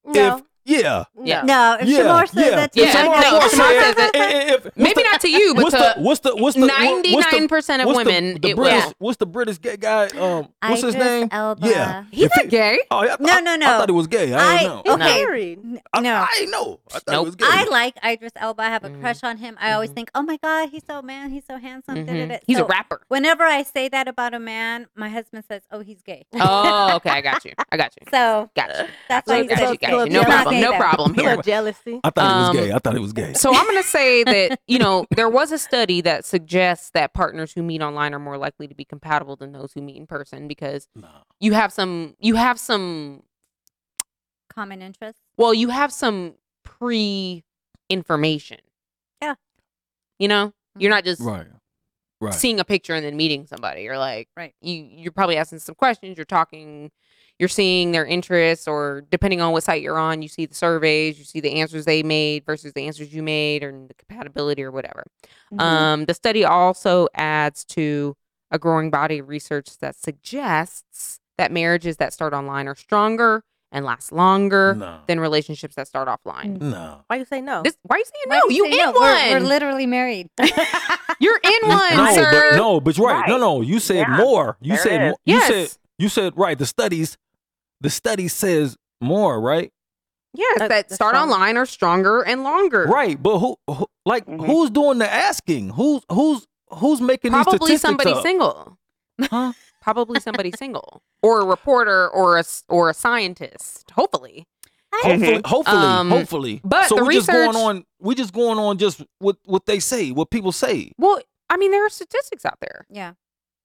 D: If yeah,
A: Yeah.
E: No, if
D: Yeah,
E: Shamar says
D: yeah.
E: that
A: Yeah,
E: you
A: Shamar-
E: like it,
A: no,
E: it's
A: Shamar
E: like-
A: says it.
D: eh, eh, if- what's
A: Maybe
D: the-
A: not to you, but
D: What's the
A: to
D: what's the what's the what's the-
A: ninety-nine percent of
D: what's the-
A: women,
D: The
A: it
D: British,
A: will.
D: what's the British gay guy? Um, what's his
E: Idris
D: name?
E: Elba.
D: Yeah.
A: He's
D: If
A: not
D: he-
A: gay.
D: Oh, yeah, I-
E: No,
D: I-
E: no,
D: I
E: no.
D: thought it was gay. I,
E: I-
D: didn't know.
B: He's
E: No.
B: married.
E: N-
D: I,
E: no.
D: I didn't know. I thought
A: Nope.
D: it was gay.
E: I like Idris Elba. I have a
A: Mhm.
E: crush on him. I always
A: Mhm.
E: think, oh my God, he's so man. He's so handsome. da, da,
A: Mhm.
E: da."
A: He's a
E: So
A: rapper.
E: Whenever I say that about a man, my husband says, oh, he's gay.
A: Oh, okay. I got you. I got you.
E: So
A: Gotcha.
E: that's why he
A: Gotcha.
E: says
A: Gotcha.
B: Absolutely.
E: gay.
A: Gotcha. No
E: He's not
A: problem.
E: gay,
A: No
E: though.
A: problem
B: A
A: here.
B: (laughs) little jealousy.
D: I thought it
A: Um,
D: was gay. I thought it was gay.
A: So I'm gonna say that you know there was a study that suggests that partners who meet online are more likely to be compatible than those who meet in person because
D: Nah.
A: you have some you have some
E: Common interest.
A: well you have some pre information.
E: Yeah.
A: You know
E: Mm.
A: you're not just
D: Right. Right.
A: seeing a picture and then meeting somebody. You're like
E: Right.
A: you you're probably asking some questions. You're talking. You're seeing their interests, or depending on what site you're on, you see the surveys, you see the answers they made versus the answers you made, or the compatibility or whatever.
E: Mm-hmm.
A: Um, the study also adds to a growing body of research that suggests that marriages that start online are stronger and last longer
D: Nah.
A: than relationships that start offline.
E: Mm.
D: Nah.
B: Why you say no?
A: This, why are you saying
E: Why
A: no?
E: do
A: You
E: say
A: in
E: no?
A: one.
E: We're, we're
A: (laughs)
E: literally married.
A: You're in one,
D: no,
A: sir.
D: But, no, but you're right. No,
C: Right.
D: no. You said
C: Yeah.
D: more. You
C: There
D: said
C: it is.
D: mo- you
A: Yes.
D: said you said right. The studies, the study says more. Right.
A: Yes,
B: That-
A: that
B: that's
A: start
B: fine.
A: online are stronger and longer.
D: Right. But who, who like
C: Mhm.
D: who's doing the asking? Who's who's who's making these
A: Probably
D: statistics
A: somebody
D: up?
A: single.
D: Huh?
A: (laughs) Probably somebody single, or a reporter, or a s- or a scientist. Hopefully,
D: Hopefully, hopefully,
A: Um,
D: hopfully.
A: but
D: so
A: the
D: we just going
A: research-
D: on. We just going on just what what they say, what people say.
A: well, I mean, there are statistics out there.
E: Yeah.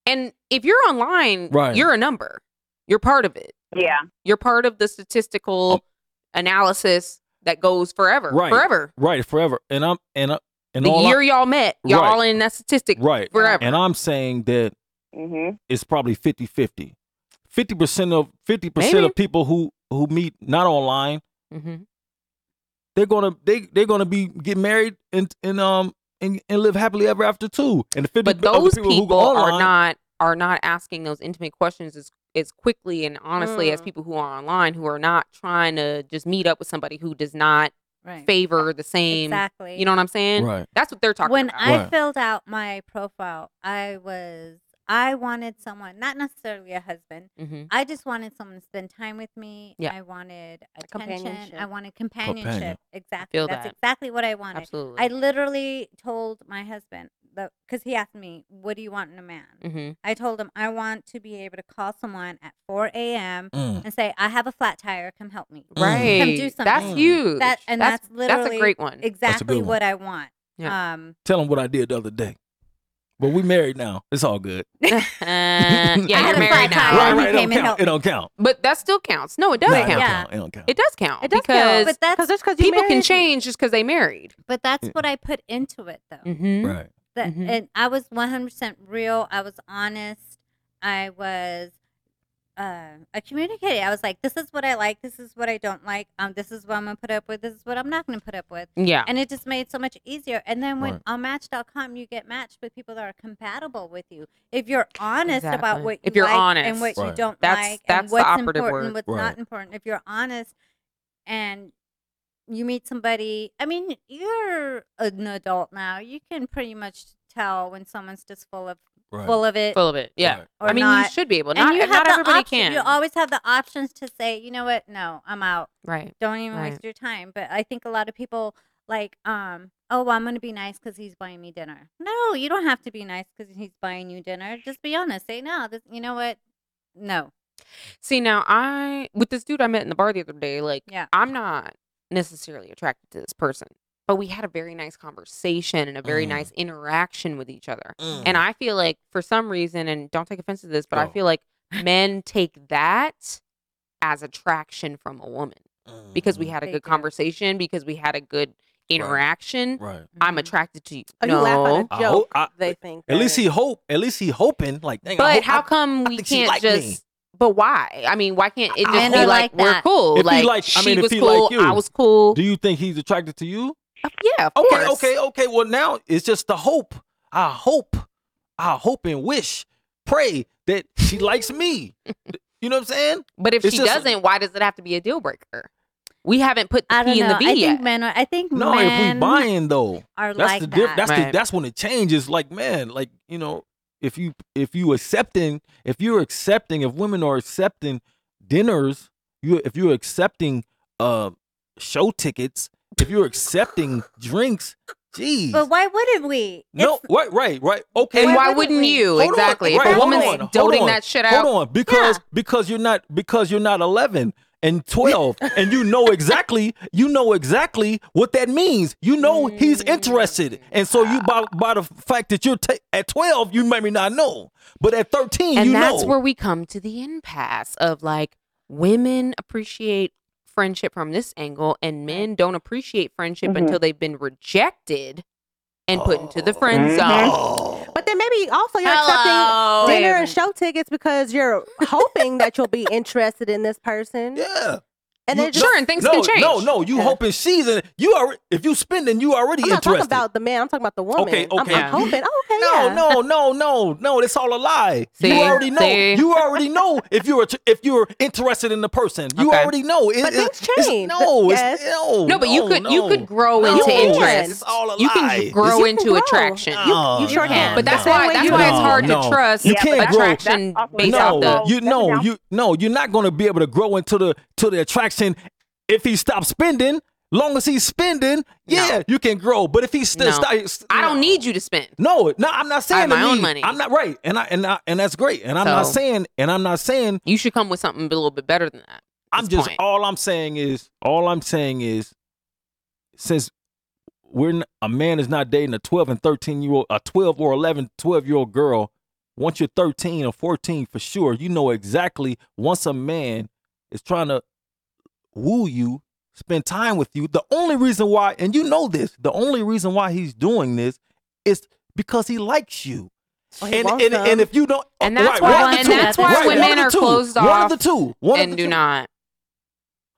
A: And if you're online,
D: Right.
A: you're a number. You're part of it.
C: Yeah,
A: You're part of the statistical analysis that goes forever.
D: Oh. Right.
A: Forever.
D: Right. Forever. And I'm and I, and
A: the
D: all
A: year y'all met, y'all
D: Right.
A: all in that statistic
D: I, right.
A: forever.
D: And I'm saying that
C: hmm
D: it's probably 50 50 50 percent of 50 percent
A: Maybe.
D: of people who who meet not online
A: mm-hmm.
D: they're gonna they they're gonna be get married and and um and, and live happily ever after too and the 50
A: But
D: b- other
A: those
D: people,
A: people,
D: who go online,
A: are not are not asking those intimate questions as as quickly and honestly as
B: Mm.
A: people who are online who are not trying to just meet up with somebody who does not
E: Right.
A: favor the same.
E: Exactly.
A: You know what I'm saying?
D: right
A: That's what they're talking
E: when
A: about.
E: I
D: Right.
E: filled out my profile, I was I wanted someone, not necessarily a husband.
A: Mhm.
E: I just wanted someone to spend time with me.
A: Yeah.
E: I wanted attention.
B: companionship.
E: I wanted companionship.
D: Companion.
E: Exactly.
A: feel
E: That's
A: that.
E: exactly what I wanted.
A: Absolutely.
E: I literally told my husband because he asked me, "What do you want in a man?"
A: mm-hmm.
D: Mm.
E: I told him I want to be able to call someone at 4 a.m.
D: Mm.
E: and say, "I have a flat tire. Come help me."
D: Mm.
A: Right.
E: Come do
A: That's
E: something.
A: huge.
E: That and that's, literally
A: that's a great one.
E: exactly
D: one.
E: what I want.
A: Yeah.
E: Um,
D: tell them what i did the other day but we married now it's all good
A: Uh,
D: (laughs)
A: yeah,
D: I
A: you're
D: had a
A: married
E: flat
A: now.
E: tire.
D: right
E: he
D: right it
E: came
D: don't
E: and
D: count
E: helped
D: it don't count
A: But that still counts. No, it does
D: No,
E: Right.
D: it
A: count.
D: don't
E: Yeah.
D: count it don't count
A: It does count
B: It does count,
A: because
E: but that's
B: Because just because you
A: people can
B: married-
A: change just because they married.
E: But that's
D: Yeah.
A: Mm.
E: what I put into it, though.
A: Mm-hmm.
D: right
E: That,
A: Mhm.
E: And I was 100% real. I was honest. I was, uh, I communicated. I was like, this is what I like. This is what I don't like. Um, this is what I'm going to put up with. This is what I'm not going to put up with.
A: Yeah.
E: And it just made it so much easier. And then when
D: Right.
E: on Match.com, you get matched with people that are compatible with you. If you're honest about
A: Exactly.
E: what you
A: If you're
E: like
A: honest.
E: and what you
D: Right.
E: don't
A: That's-
E: like,
A: that's
E: and
A: the
E: what's
A: operative
E: important,
A: word.
E: what's
D: Right.
E: not important. If you're honest and you meet somebody i mean you're an adult now you can pretty much tell when someone's just full of
D: right
E: full of it
A: Full of it. Yeah.
D: Right.
E: or
A: I mean,
E: not
A: you should be able.
E: and
A: Not,
E: you have
A: not
E: the
A: everybody
E: option-
A: can.
E: you always have the options to say you know what no i'm out
A: right.
E: don't even
A: Right.
E: waste your time but i think a lot of people like um oh well, i'm gonna be nice because he's buying me dinner no you don't have to be nice because he's buying you dinner just be honest say no this you know what no
A: See now, I with this dude I met in the bar the other day, like
E: Yeah.
A: I'm not necessarily attracted to this person, but we had a very nice conversation and a very
D: Mm.
A: nice interaction with each other. And I feel like for some reason, and don't take offense to this, but I
D: Oh.
A: feel like men take that as attraction from a woman
D: Mm.
A: because we had a
E: They
A: good
E: do.
A: conversation, because we had a good interaction.
D: right.
A: I'm
E: Mhm.
A: attracted to you.
B: Oh,
A: no.
B: you laugh at
D: I
B: a joke.
D: hope- I-
B: they think.
D: At
B: that
D: least
B: it-
D: he hope. At least he hoping. Like, dang, I
A: but
D: hope-
A: how
D: I-
A: come
D: I
A: we
D: think she
A: can't
D: liked me.
A: just? But why? I mean, why can't it just
E: Men
A: be
E: are
A: like,
E: like
A: we're
E: that.
A: cool?
D: If he
A: like
D: liked- I
A: she
D: mean, if
A: was
D: he
A: cool,
D: liked you,
A: I was cool.
D: Do you think he's attracted to you?
A: Uh, yeah, of
D: Okay,
A: course.
D: Oh, okay, okay. Well, now it's just the hope. I hope, I hope and wish, pray that she likes
E: (laughs)
D: me. you know what I'm saying?
A: But if
D: It's
A: she
D: just-
A: doesn't, why does it have to be a deal breaker? We haven't put the
E: i don't
A: P in
E: know
A: the V
E: i
A: yet.
E: think men are i think
D: No, if
E: men
D: we buying though,
E: are
D: that's
E: like
D: the
E: that
D: diff- that's the
A: Right.
D: that's when it changes. Like, man, like you know, if you if you accepting, if you're accepting, if women are accepting dinners, you if you're accepting uh show tickets, if you're accepting drinks, geez.
E: but why wouldn't we
D: no,
E: It's-
D: right, right, right. Okay,
A: and
E: why
A: why
E: wouldn't
A: wouldn't
E: we?
A: you?
D: Hold on,
A: exactly.
D: right,
A: if a
E: hold
A: woman's
D: on, hold
A: doting
D: on,
A: that shit out,
D: Hold on, because
E: Yeah.
D: because you're not because you're not 11
A: (laughs)
D: and 12, and you know exactly you know exactly what that means. You know he's
A: Mm.
D: interested, and so you by by the fact that you're ta- at 12, you maybe not know, but at 13,
A: and
D: you
A: that's
D: know.
A: where we come to the impasse of like women appreciate friendship from this angle, and men don't appreciate friendship
D: Mm-hmm.
C: Mhm.
A: until they've been rejected and put into the friend
C: Mhm.
A: zone.
D: oh,
B: But then maybe also you're accepting
A: Hello.
B: dinner and show tickets because you're hoping that you'll
D: (laughs)
B: be interested in this person.
D: yeah.
B: And
D: You-
B: then just
A: Sure, and things
D: no,
A: can change.
D: no, no. You
B: Yeah.
D: hoping she's in. You are. If you spending, you already
B: I'm not
D: interested.
B: talking about the man. I'm talking about the woman.
D: Okay,
B: I'm-
D: okay.
B: I'm, hoping. Oh, okay.
D: No,
B: yeah.
D: no, no, no, no. That's all a lie. you
A: See?
D: already know.
A: See?
D: You already know if you're if you're interested in the person. You
A: Okay.
D: already know. It,
B: But
D: it-
B: things
D: it's-
B: change.
D: No,
B: Yes.
D: it's, no,
A: No, but you could you could grow
D: no.
A: into
B: You can.
A: interest.
D: It's all a
A: you can
D: lie.
A: grow
B: You can
A: into
B: grow.
A: attraction.
D: No,
B: you sure
D: no,
B: can.
A: But that's
D: no.
A: why
B: way
A: that's
B: you-
A: why it's
D: No,
A: hard
D: no.
A: to trust
D: You
C: Yeah, but
D: can't
C: that's
D: grow.
C: also-
A: attraction
C: that's also
A: based
C: down-
A: off
D: no,
A: the
C: also-
D: you
C: that's
D: no,
C: down-
D: you no, you're not gonna be able to grow into the to the attraction if he stops spending. Long as he's spending, yeah, you can grow. But if he still
A: No.
D: starts,
A: I don't need you to spend.
D: No, no, I'm not
A: have
D: saying to
A: my own
D: leave.
A: money.
D: I'm not right, and I and I, and that's great. And I'm not
A: So-
D: saying, and I'm not saying
A: You should come with something a little bit better than that.
D: I'm
A: this
D: just
A: point.
D: all I'm saying is all I'm saying is since we're n- a man is not dating a 12 and 13 year old a 12 or 11 12 year old girl once you're 13 or 14 for sure you know exactly once a man is trying to woo you spend time with you the only reason why and you know this the only reason why he's doing this is because he likes you
B: Oh, he
D: and
B: wants
D: and,
B: them.
D: and if you don't oh,
A: And that's
D: right,
A: why-
D: one of the
E: and
D: two.
E: that's why
D: Right, one
E: women
D: of the
A: are
D: two.
A: closed
D: one
A: off
D: of the two one of
A: and
D: the
A: do
D: two.
A: not.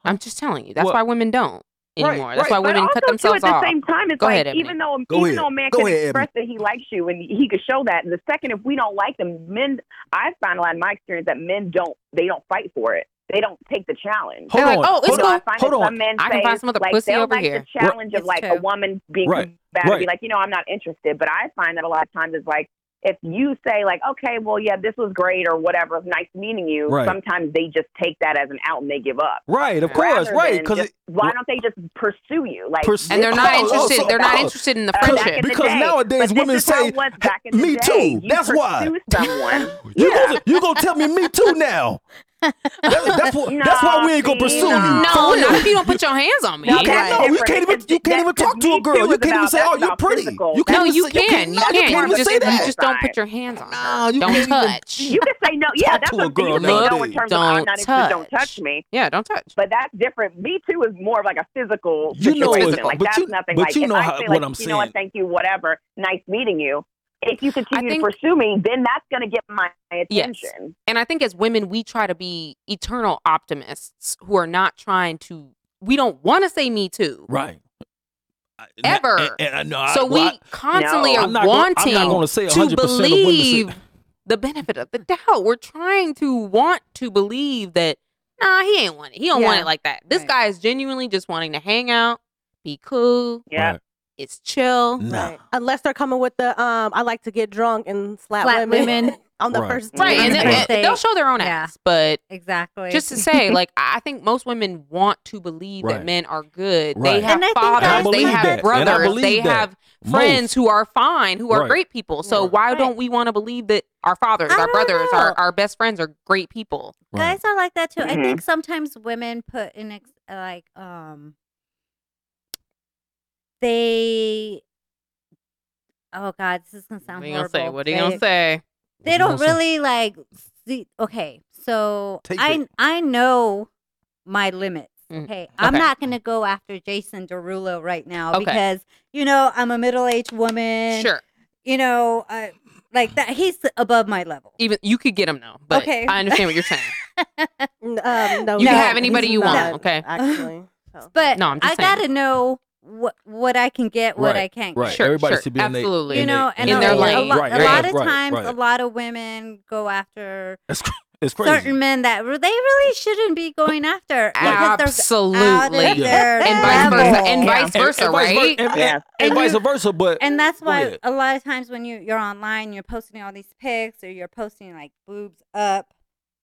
A: I'm just telling you. That's
D: Well-
A: why women don't
D: Right,
A: anymore. That's
D: right.
A: why women
C: but
A: cut
C: also,
A: themselves
C: too, at
A: off.
C: the same time, it's
A: Go
C: like
A: ahead, Ebony.
C: even though
D: Go
C: even
D: ahead.
C: though a man
D: Go
C: can
D: ahead,
C: express that he likes you and he could show that, and the second if we don't like them, men I find a lot in my experience that men don't they don't fight for it. They don't take the challenge.
D: Hold
A: They're
D: on.
A: like, "Oh, it's
D: hold
C: So I
D: on.
A: cool.
C: find
D: Hold
C: that
D: on.
C: some men
A: I can
C: say,
A: find some other
C: like,
A: pussy
C: they'll
A: over
C: like
A: here.
C: The challenge of
E: It's
C: like
E: true.
C: a woman being
D: Right,
C: bad to
D: right.
C: be like, you know, I'm not interested. But I find that a lot of times it's like if you say like, okay, well, yeah, this was great or whatever, nice meeting you.
D: Right.
C: Sometimes they just take that as an out and they give up.
D: Right, of course,
C: Rather
D: right,
C: than
D: because
C: just- why don't they just pursue you? Like
D: Pursue-
A: And they're not
D: Oh, oh,
A: interested.
D: so-
A: they're not
D: oh.
A: interested in the
C: uh,
D: Because-
C: back in
A: friendship.
C: the
D: because
C: day.
D: nowadays
C: But this
D: women
C: is how
D: say,
C: it was back in the
D: "Me
C: day.
D: too."
C: You
D: That's why.
C: pursue
D: (laughs)
C: someone.
D: you
C: Yeah.
D: gonna, you gonna tell me me too now. That- that's what. that's why we ain't gonna
C: No, see,
D: pursue
C: no.
D: you.
A: no,
D: For
A: not
D: real.
A: if you don't put your hands on me.
C: No,
D: You
C: that's
D: can't, no, you
C: different.
D: can't even
C: It's-
D: you can't even
C: that's-
D: talk to a
C: Me Too
D: girl. You
C: is
D: can't even
C: about-
D: say,
C: that's
D: "Oh, you're
C: about
D: pretty."
C: physical.
D: You
A: No,
D: can't
A: you
D: even
A: can.
D: say-
A: You
D: no, you
A: can.
D: can't
A: You
D: even
A: just
D: say
A: you
D: that.
A: just don't put your hands on
D: Nah,
A: her.
D: you can't
A: Don't
D: even-
A: touch.
C: You can say no. Yeah,
D: Talk
C: that's
D: to a
C: what
D: girl
C: you can say no
D: nowadays.
C: in terms of I'm not
A: Don't
C: interested. Don't
A: touch.
C: touch me.
A: Yeah, don't touch.
C: But that's different. Me too is more of like a physical
D: You know
C: situation.
D: it-
C: like
D: but
C: that's
D: you-
C: nothing
D: but
C: like
D: you
C: if
D: know
C: I
D: how-
C: say, like,
D: what I'm
C: you know what,
D: saying.
C: thank you, whatever, nice meeting you. If you continue
A: think-
C: to pursue me, then that's gonna get my
A: Yes.
C: attention.
A: and I think as women, we try to be eternal optimists who are not trying to. We don't want to say "me too,"
D: Right. I-
A: Ever.
D: And, and I know. I-
A: so we
D: well, I-
A: constantly
C: No.
A: are
D: I'm not gonna- I'm not
A: wanting
D: gonna say
A: to
D: 100% of women say-
A: believe the benefit of the doubt. We're trying to want to believe that nah, he ain't want it. He don't want
E: Yeah.
A: it like that. This
E: Right.
A: guy is genuinely just wanting to hang out, be cool,
C: Yeah.
D: Right.
A: it's chill.
D: Nah.
B: Unless they're coming with the um, I like to get drunk and slap,
E: Slap women.
B: (laughs) on the
D: Right.
B: first date.
A: Right. And
E: Right.
A: they-
E: Right.
A: they'll show their own
E: Yeah.
A: ass. But
E: Exactly.
A: just
E: (laughs)
A: to say, like, I I think most women want to believe
D: Right.
A: that men are good. They
D: Right.
A: have
E: And I think I
A: fathers, they
E: believe
A: have
E: that. And I
A: brothers,
D: believe
A: they
D: that.
A: have friends who are fine, who are
D: Right.
A: great people. So
D: Right.
A: why
E: Right.
A: don't we want to believe that our fathers,
E: I
A: our
E: don't
A: brothers,
E: know.
A: our, our best friends are great people?
D: Right.
E: guys are like that too. I
C: Mhm.
E: think sometimes women put in ex- like um they oh god, this is gonna sound
A: What are you gonna
E: horrible.
A: say? What are you
E: They-
A: gonna say?
E: They don't
D: What you gonna say?
E: really like see. Okay, so
D: Take
E: I
D: it.
E: I know my limits.
A: Mm,
E: Okay, I'm
A: okay.
E: not gonna go after Jason Derulo right now
A: Okay.
E: because you know I'm a middle aged woman.
A: Sure.
E: you know, I, like that. He's above my level.
A: Even you could get them though, but
E: Okay.
A: I understand what you're saying.
B: N- Um, no,
A: You
E: can
B: no,
E: have
A: anybody
B: he's
A: you want,
B: not,
A: okay?
B: Actually, so.
E: But
A: No, I'm just
E: I
A: saying.
E: gotta know what what I can get, what
D: Right,
E: I can't
D: Right.
E: get.
A: Sure,
D: Everybody
A: sure,
D: should be in they-
A: absolutely.
E: You
D: they-
E: know, and
A: in
E: a,
A: their
E: a
A: lane.
E: lot,
A: Right,
E: a lot
A: right,
E: of
D: right,
E: times, a
D: right.
E: lot of women go after
D: It's, cr- it's crazy.
E: certain men that re- they really shouldn't be going after. (laughs) because they're out of
A: Absolutely.
D: Yeah.
E: their
A: And vice
E: level.
A: versa. And
C: Yeah.
A: vice Oh, versa,
D: vice ver- (laughs)
A: right?
D: And, and-
C: Yes.
D: and
E: And
D: vice
E: you-
D: versa, but
E: And that's
D: Go
E: why
D: ahead.
E: a lot of times when you you're online, you're posting all these pics, or you're posting like boobs up,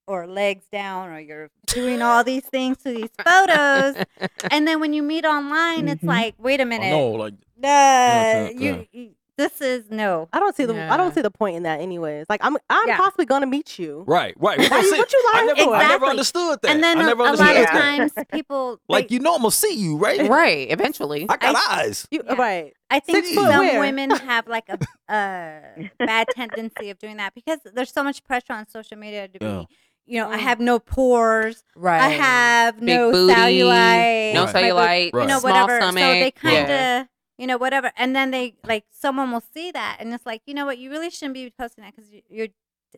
E: or legs down, or you're doing all these things to these photos. And then when you meet online, it's
C: Mhm.
E: like, wait
A: Oh,
D: I
E: a minute,
D: know, Oh, like
E: uh,
D: it's not
E: you,
D: fair.
E: you- this is no.
B: I don't see the I
A: Yeah.
B: don't see the point in that, anyways. Like I'm I'm
E: Yeah.
B: possibly gonna meet you.
D: right, right.
B: Why
D: That's
B: you-
D: it.
B: what you
D: I
B: lying
D: never,
B: for?
D: I never
E: Exactly.
D: understood that.
E: And then
D: I
E: a,
D: never
E: a
D: understood
E: lot of
C: Yeah.
D: that.
E: times people
D: like
E: they-
D: you know, I'm gonna see you, right?
A: right. Eventually.
D: I got eyes.
B: You-
E: Yeah.
B: Right.
E: I think
D: Six
E: some
D: foot
B: where?
E: women have like a, a bad tendency of doing that because therere's so much pressure on social media to be,
D: Yeah.
E: you know, I
B: Mm.
E: have no pores,
A: Right.
E: I have
A: Big
E: no
A: booty,
E: cellulite,
A: no
D: Right.
A: cellulite,
D: Right.
E: you know,
A: small
E: whatever.
A: stomach.
E: So they kind of,
A: yeah.
E: you know, whatever. And then they like someone will see that, and it's like, you know what, you really shouldn't be posting that because you, you're,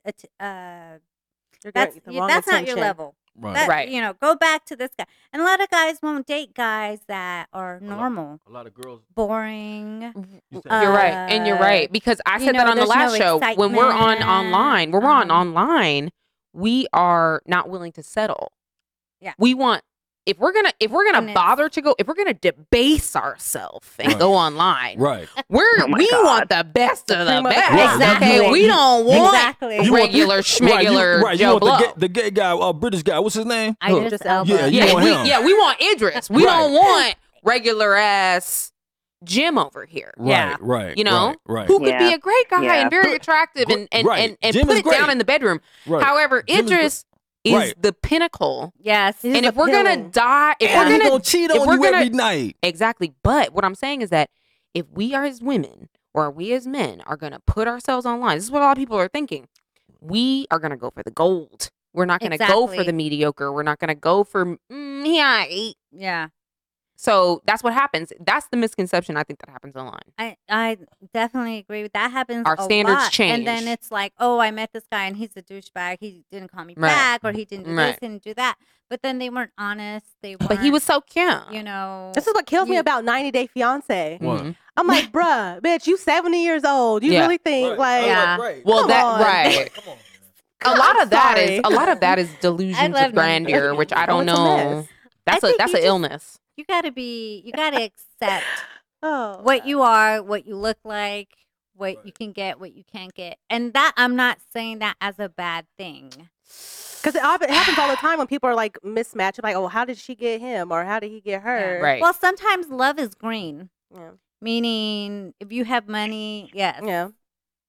E: uh, t- uh,
B: You're gonna
E: that's
B: get the
E: you-
B: wrong
E: that's not your
B: attention.
E: level.
D: Right.
E: That,
A: Right.
E: You know, go back to this guy. And a lot of guys won't date guys that are
D: lot-
E: normal,
D: A lot of girls.
E: boring.
D: you said-
A: You're right, and you're
E: Uh,
A: right because I
E: you
A: said that
E: know,
A: on the
E: there's
A: last
E: no
A: show. When we're on
E: excitement,
A: online, when we're on
E: um,
A: online, we are not willing to settle.
E: Yeah.
A: we want if we're gonna if we're
E: And
A: gonna
E: it's-
A: bother to go if we're gonna debase ourselves and
D: Right.
A: go online,
D: right.
A: we're
C: Oh my
A: we
C: God.
A: want the best of the
B: Supreme of the
A: best.
D: Right, exactly.
A: Okay, we don't want
E: exactly.
D: You want-
A: regular
D: right, you,
A: schmegular
D: right, you
A: Joe
D: want
A: Blow.
D: the gay, the gay guy, uh, British guy. What's his name?
E: I
D: Look,
E: just
D: Yeah,
E: elbow.
D: you
A: yeah,
D: want
A: we,
D: him.
A: yeah, we want Idris. We
D: Right.
A: don't want regular ass Jim over here.
D: Right,
E: Yeah.
D: right.
A: You know?
D: right, right,
A: who could be
C: Yeah.
A: a great guy
C: Yeah.
A: and very attractive and and,
D: Right.
A: and, and
D: Jim
A: put
D: is
A: it
D: great.
A: down in the bedroom.
D: right.
A: However,
D: Jim is
A: Idris is,
D: Right.
A: the pinnacle.
E: Yes.
B: He's
A: and if we're gonna
B: appealing.
A: die, if
D: and
A: we're
D: he
A: gonna
D: gonna cheat
A: if
D: on
A: we're
D: you
A: gonna-
D: every night.
A: exactly. But what I'm saying is that if we are as women or we as men are gonna put ourselves online, this is what a lot of people are thinking. We are gonna go for the gold. We're not gonna go for
E: Exactly.
A: the mediocre. We're not gonna go for mm, yeah. eh."
E: Yeah.
A: So that's what happens. That's the misconception I think that happens online.
E: I, I definitely agree with that. Happens.
A: Our
E: a
A: standards
E: lot. And then
A: change.
E: it's like, oh, I met this guy and he's a douchebag. He didn't call me
A: Right.
E: back or he didn't do
A: Right.
E: this, didn't do that. But then they weren't honest. They weren't.
A: But he was so cute.
E: you know.
B: This is what kills me
E: You-
B: about 90 Day Fiance.
D: What?
A: Mhm.
B: I'm like, bruh, bitch, you 70 years old. You
A: Yeah.
B: really think like
E: Yeah.
A: Well,
B: Come
A: that
B: on.
A: right.
D: Come on.
A: a lot
B: I'm
A: of that is
B: sorry.
A: a lot of that
E: (laughs)
A: is delusions
E: love
A: of
E: Nancy.
A: grandeur, which I
B: Oh,
A: don't
B: it's a
A: know.
B: mess.
A: That's
E: I
A: a
E: think
A: that's
E: you
A: an
E: just-
A: illness.
E: you gotta be. You gotta
A: (laughs)
E: accept
B: Oh,
E: what you are, what you look like, what
D: Right.
E: you can get, what you can't get. And that I'm not saying that as a bad thing.
B: because it hap- it happens all the time when people are like mismatched. Like, oh, how did she get him or how did he get her?
A: Right.
E: Well, sometimes love is green,
B: Yeah.
E: meaning if you have money, yes.
B: Yeah.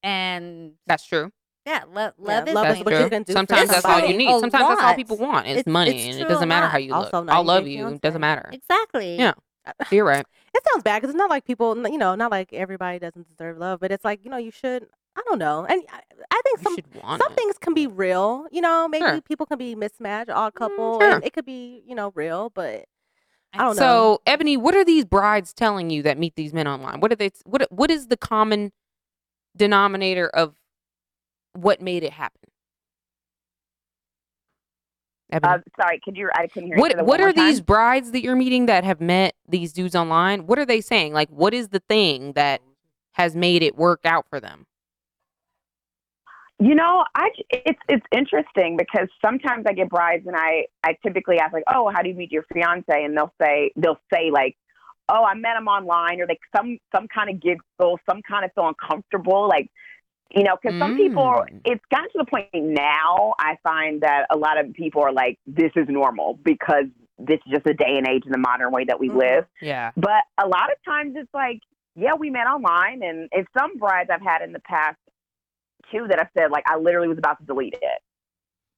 E: And
A: That's true.
E: yeah, lo- love is
B: love
A: That's
B: is
E: green.
B: what you
A: true.
B: can do for
A: Sometimes that's all
E: somebody.
A: you need.
E: A
A: Sometimes that's all
E: lot.
A: people want is
E: It's-
A: money,
E: it's
A: and
E: true
A: it
E: a
A: doesn't matter
E: lot.
A: how you
B: Also,
A: look. I'll
B: 90
A: love
B: Day
A: you. It
B: Fiancé.
A: doesn't matter.
E: Exactly.
A: Yeah. You're right.
B: It sounds bad because it's not like people, n- you know, not like everybody doesn't deserve love, but it's like, you know, you should, I don't know. And I, I think
A: You
B: (laughs) some,
A: should want
B: some
A: it.
B: things can be real. You know, maybe
A: Sure.
B: people can be mismatched, odd couple.
A: sure.
B: and it could be, you know, real, but I don't know.
A: So, Ebony, what are these brides telling you that meet these men online? What are they? What What is the common denominator of what made it happen? Ebony?
C: Uh, sorry, could you? I couldn't hear. you. Say
A: what
C: that
A: what
C: one more
A: are these
C: time.
A: brides that you're meeting that have met these dudes online what are they saying like what is the thing that has made it work out for them
C: You know, I j- it's it's interesting because sometimes I get brides and I I typically ask like, oh, how do you meet your fiance? And they'll say they'll say like, oh, I met him online, or like some some kind of giggle, some kind of feel uncomfortable, like You know, because some people,
A: Mm.
C: it's gotten to the point now, I find that a lot of people are like, this is normal because this is just a day and age in the modern way that we
B: Mhm.
C: live.
A: Yeah.
C: But a lot of times it's like, yeah, we met online. And, and some brides I've had in the past, too, that I've said, like, I literally was about to delete it.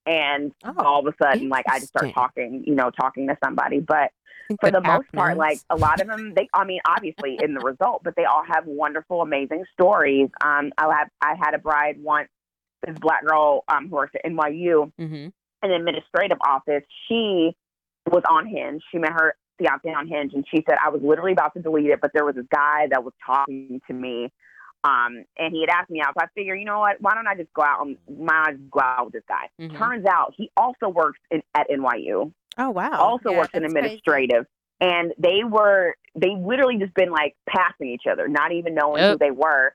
C: And
B: Oh,
C: all of a sudden, like, I just start
A: interesting.
C: talking, you know, talking to somebody. But
A: think
C: for
A: that
C: the most
A: app
C: part,
A: knows.
C: like a lot of them, they, I mean, obviously in the result, but they all have wonderful, amazing stories. Um, I have, I had a bride once, this black girl, um, who works at NYU
A: Mhm.
C: in the administrative office. She was on Hinge. She met her fiance on Hinge, and she said, I was literally about to delete it, but there was this guy that was talking to me. Um, and he had asked me out. So I figure, you know what? Why don't I just go out? And, why don't I just go out with this guy?
A: Mhm.
C: Turns out he also works in, at NYU
B: Oh wow.
C: also
E: yeah,
C: works in
E: that's crazy.
C: administrative. And they were they literally just been like passing each other, not even knowing who
A: Yep.
C: they were.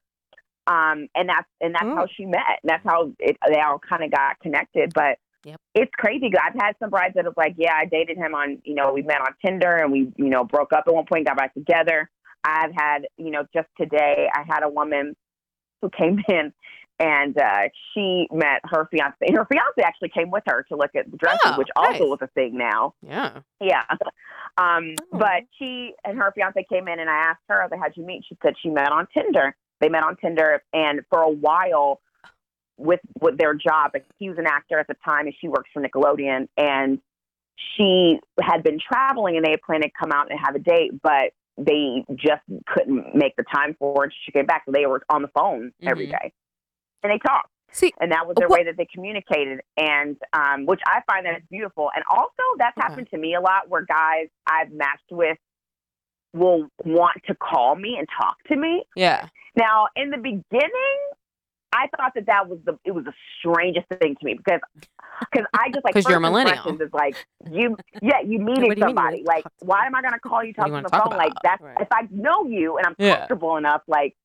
C: Um, and that's and that's
B: Mm.
C: how she met. And that's how it, they all kind of got connected. But
A: Yep.
C: it's crazy. 'cause I've had some brides that was like, yeah, I dated him on you know we met on Tinder and we you know broke up at one point, got back together. I've had you know just today I had a woman who came (laughs) in and uh, she met her fiance. Her fiance actually came with her to look at the dresses,
A: Oh,
C: which also
A: nice.
C: was a thing now.
A: Yeah.
C: Yeah. Um,
B: Oh.
C: But she and her fiance came in, and I asked her, I was like, how'd you meet? She said she met on Tinder. They met on Tinder, and for a while, with with their job, like, he was an actor at the time, and she works for Nickelodeon, and she had been traveling, and they had planned to come out and have a date, but they just couldn't make the time for it. She came back, so they were on the phone every
A: Mhm.
C: day, and they talked
A: See,
C: and that was their
A: Oh, What-
C: way that they communicated and um, which i find that is beautiful and also that's
A: Okay.
C: happened to me a lot where guys i've matched with will want to call me and talk to me (laughs)
A: yeah.
C: now in the beginning i thought that that was the it was the strangest thing to me because because i just
A: (laughs)
C: like
A: 'Cause you're a
C: first
A: millennial.
C: impressions is like you yeah you
B: What do you
C: meeting
B: mean you
C: somebody
B: wanna
C: like
B: talk to
C: why
B: me?
C: am i going to call you
A: What do
C: talk
A: you
C: on
A: wanna
C: the
A: talk
C: phone like
A: about?
C: that's
B: Right.
C: if i know you and i'm
A: Yeah.
C: comfortable enough like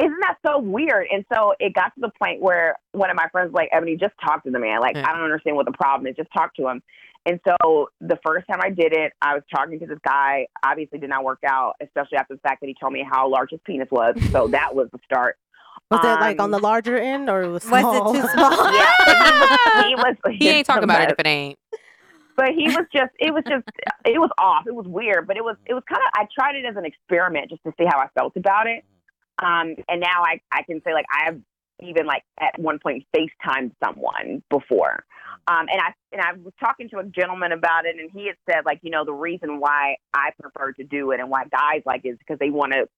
C: isn't that so weird? And so it got to the point where one of my friends was like, Ebony, just talk to the man. Like,
A: Yeah.
C: I don't understand what the problem is. Just talk to him. And so the first time I did it, I was talking to this guy. Obviously, did not work out, especially after the fact that he told me how large his penis was. So that was the
A: (laughs)
C: start.
B: Was it like on
C: Um,
B: the larger end or it was
E: Was it
B: small?
E: too small?
C: Yeah, but he was. was
A: He ain't talking about it if it ain't.
C: but he was just it was just it was off it was weird but it was it was kind of i tried it as an experiment just to see how i felt about it um and now i i can say like i have even like at one point facetimed someone before um and i and i was talking to a gentleman about it and he had said like you know the reason why i prefer to do it and why guys like it is because they want to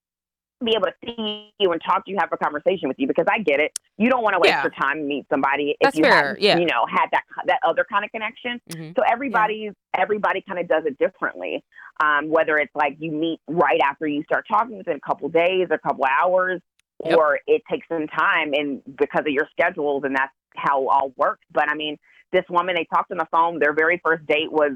C: be able to see you and talk to you, have a conversation with you because I get it. You don't want to waste
A: Yeah.
C: your time to meet somebody if
A: That's
C: you
A: fair,
C: have,
A: yeah.
C: you know, had that that other kind of connection.
A: Mhm.
C: So everybody's everybody kind of does it differently. Um, whether it's like you meet right after you start talking within a couple days, a couple hours,
A: Yep.
C: or it takes some time and because of your schedules and that's how it all works. But I mean, this woman they talked on the phone. Their very first date was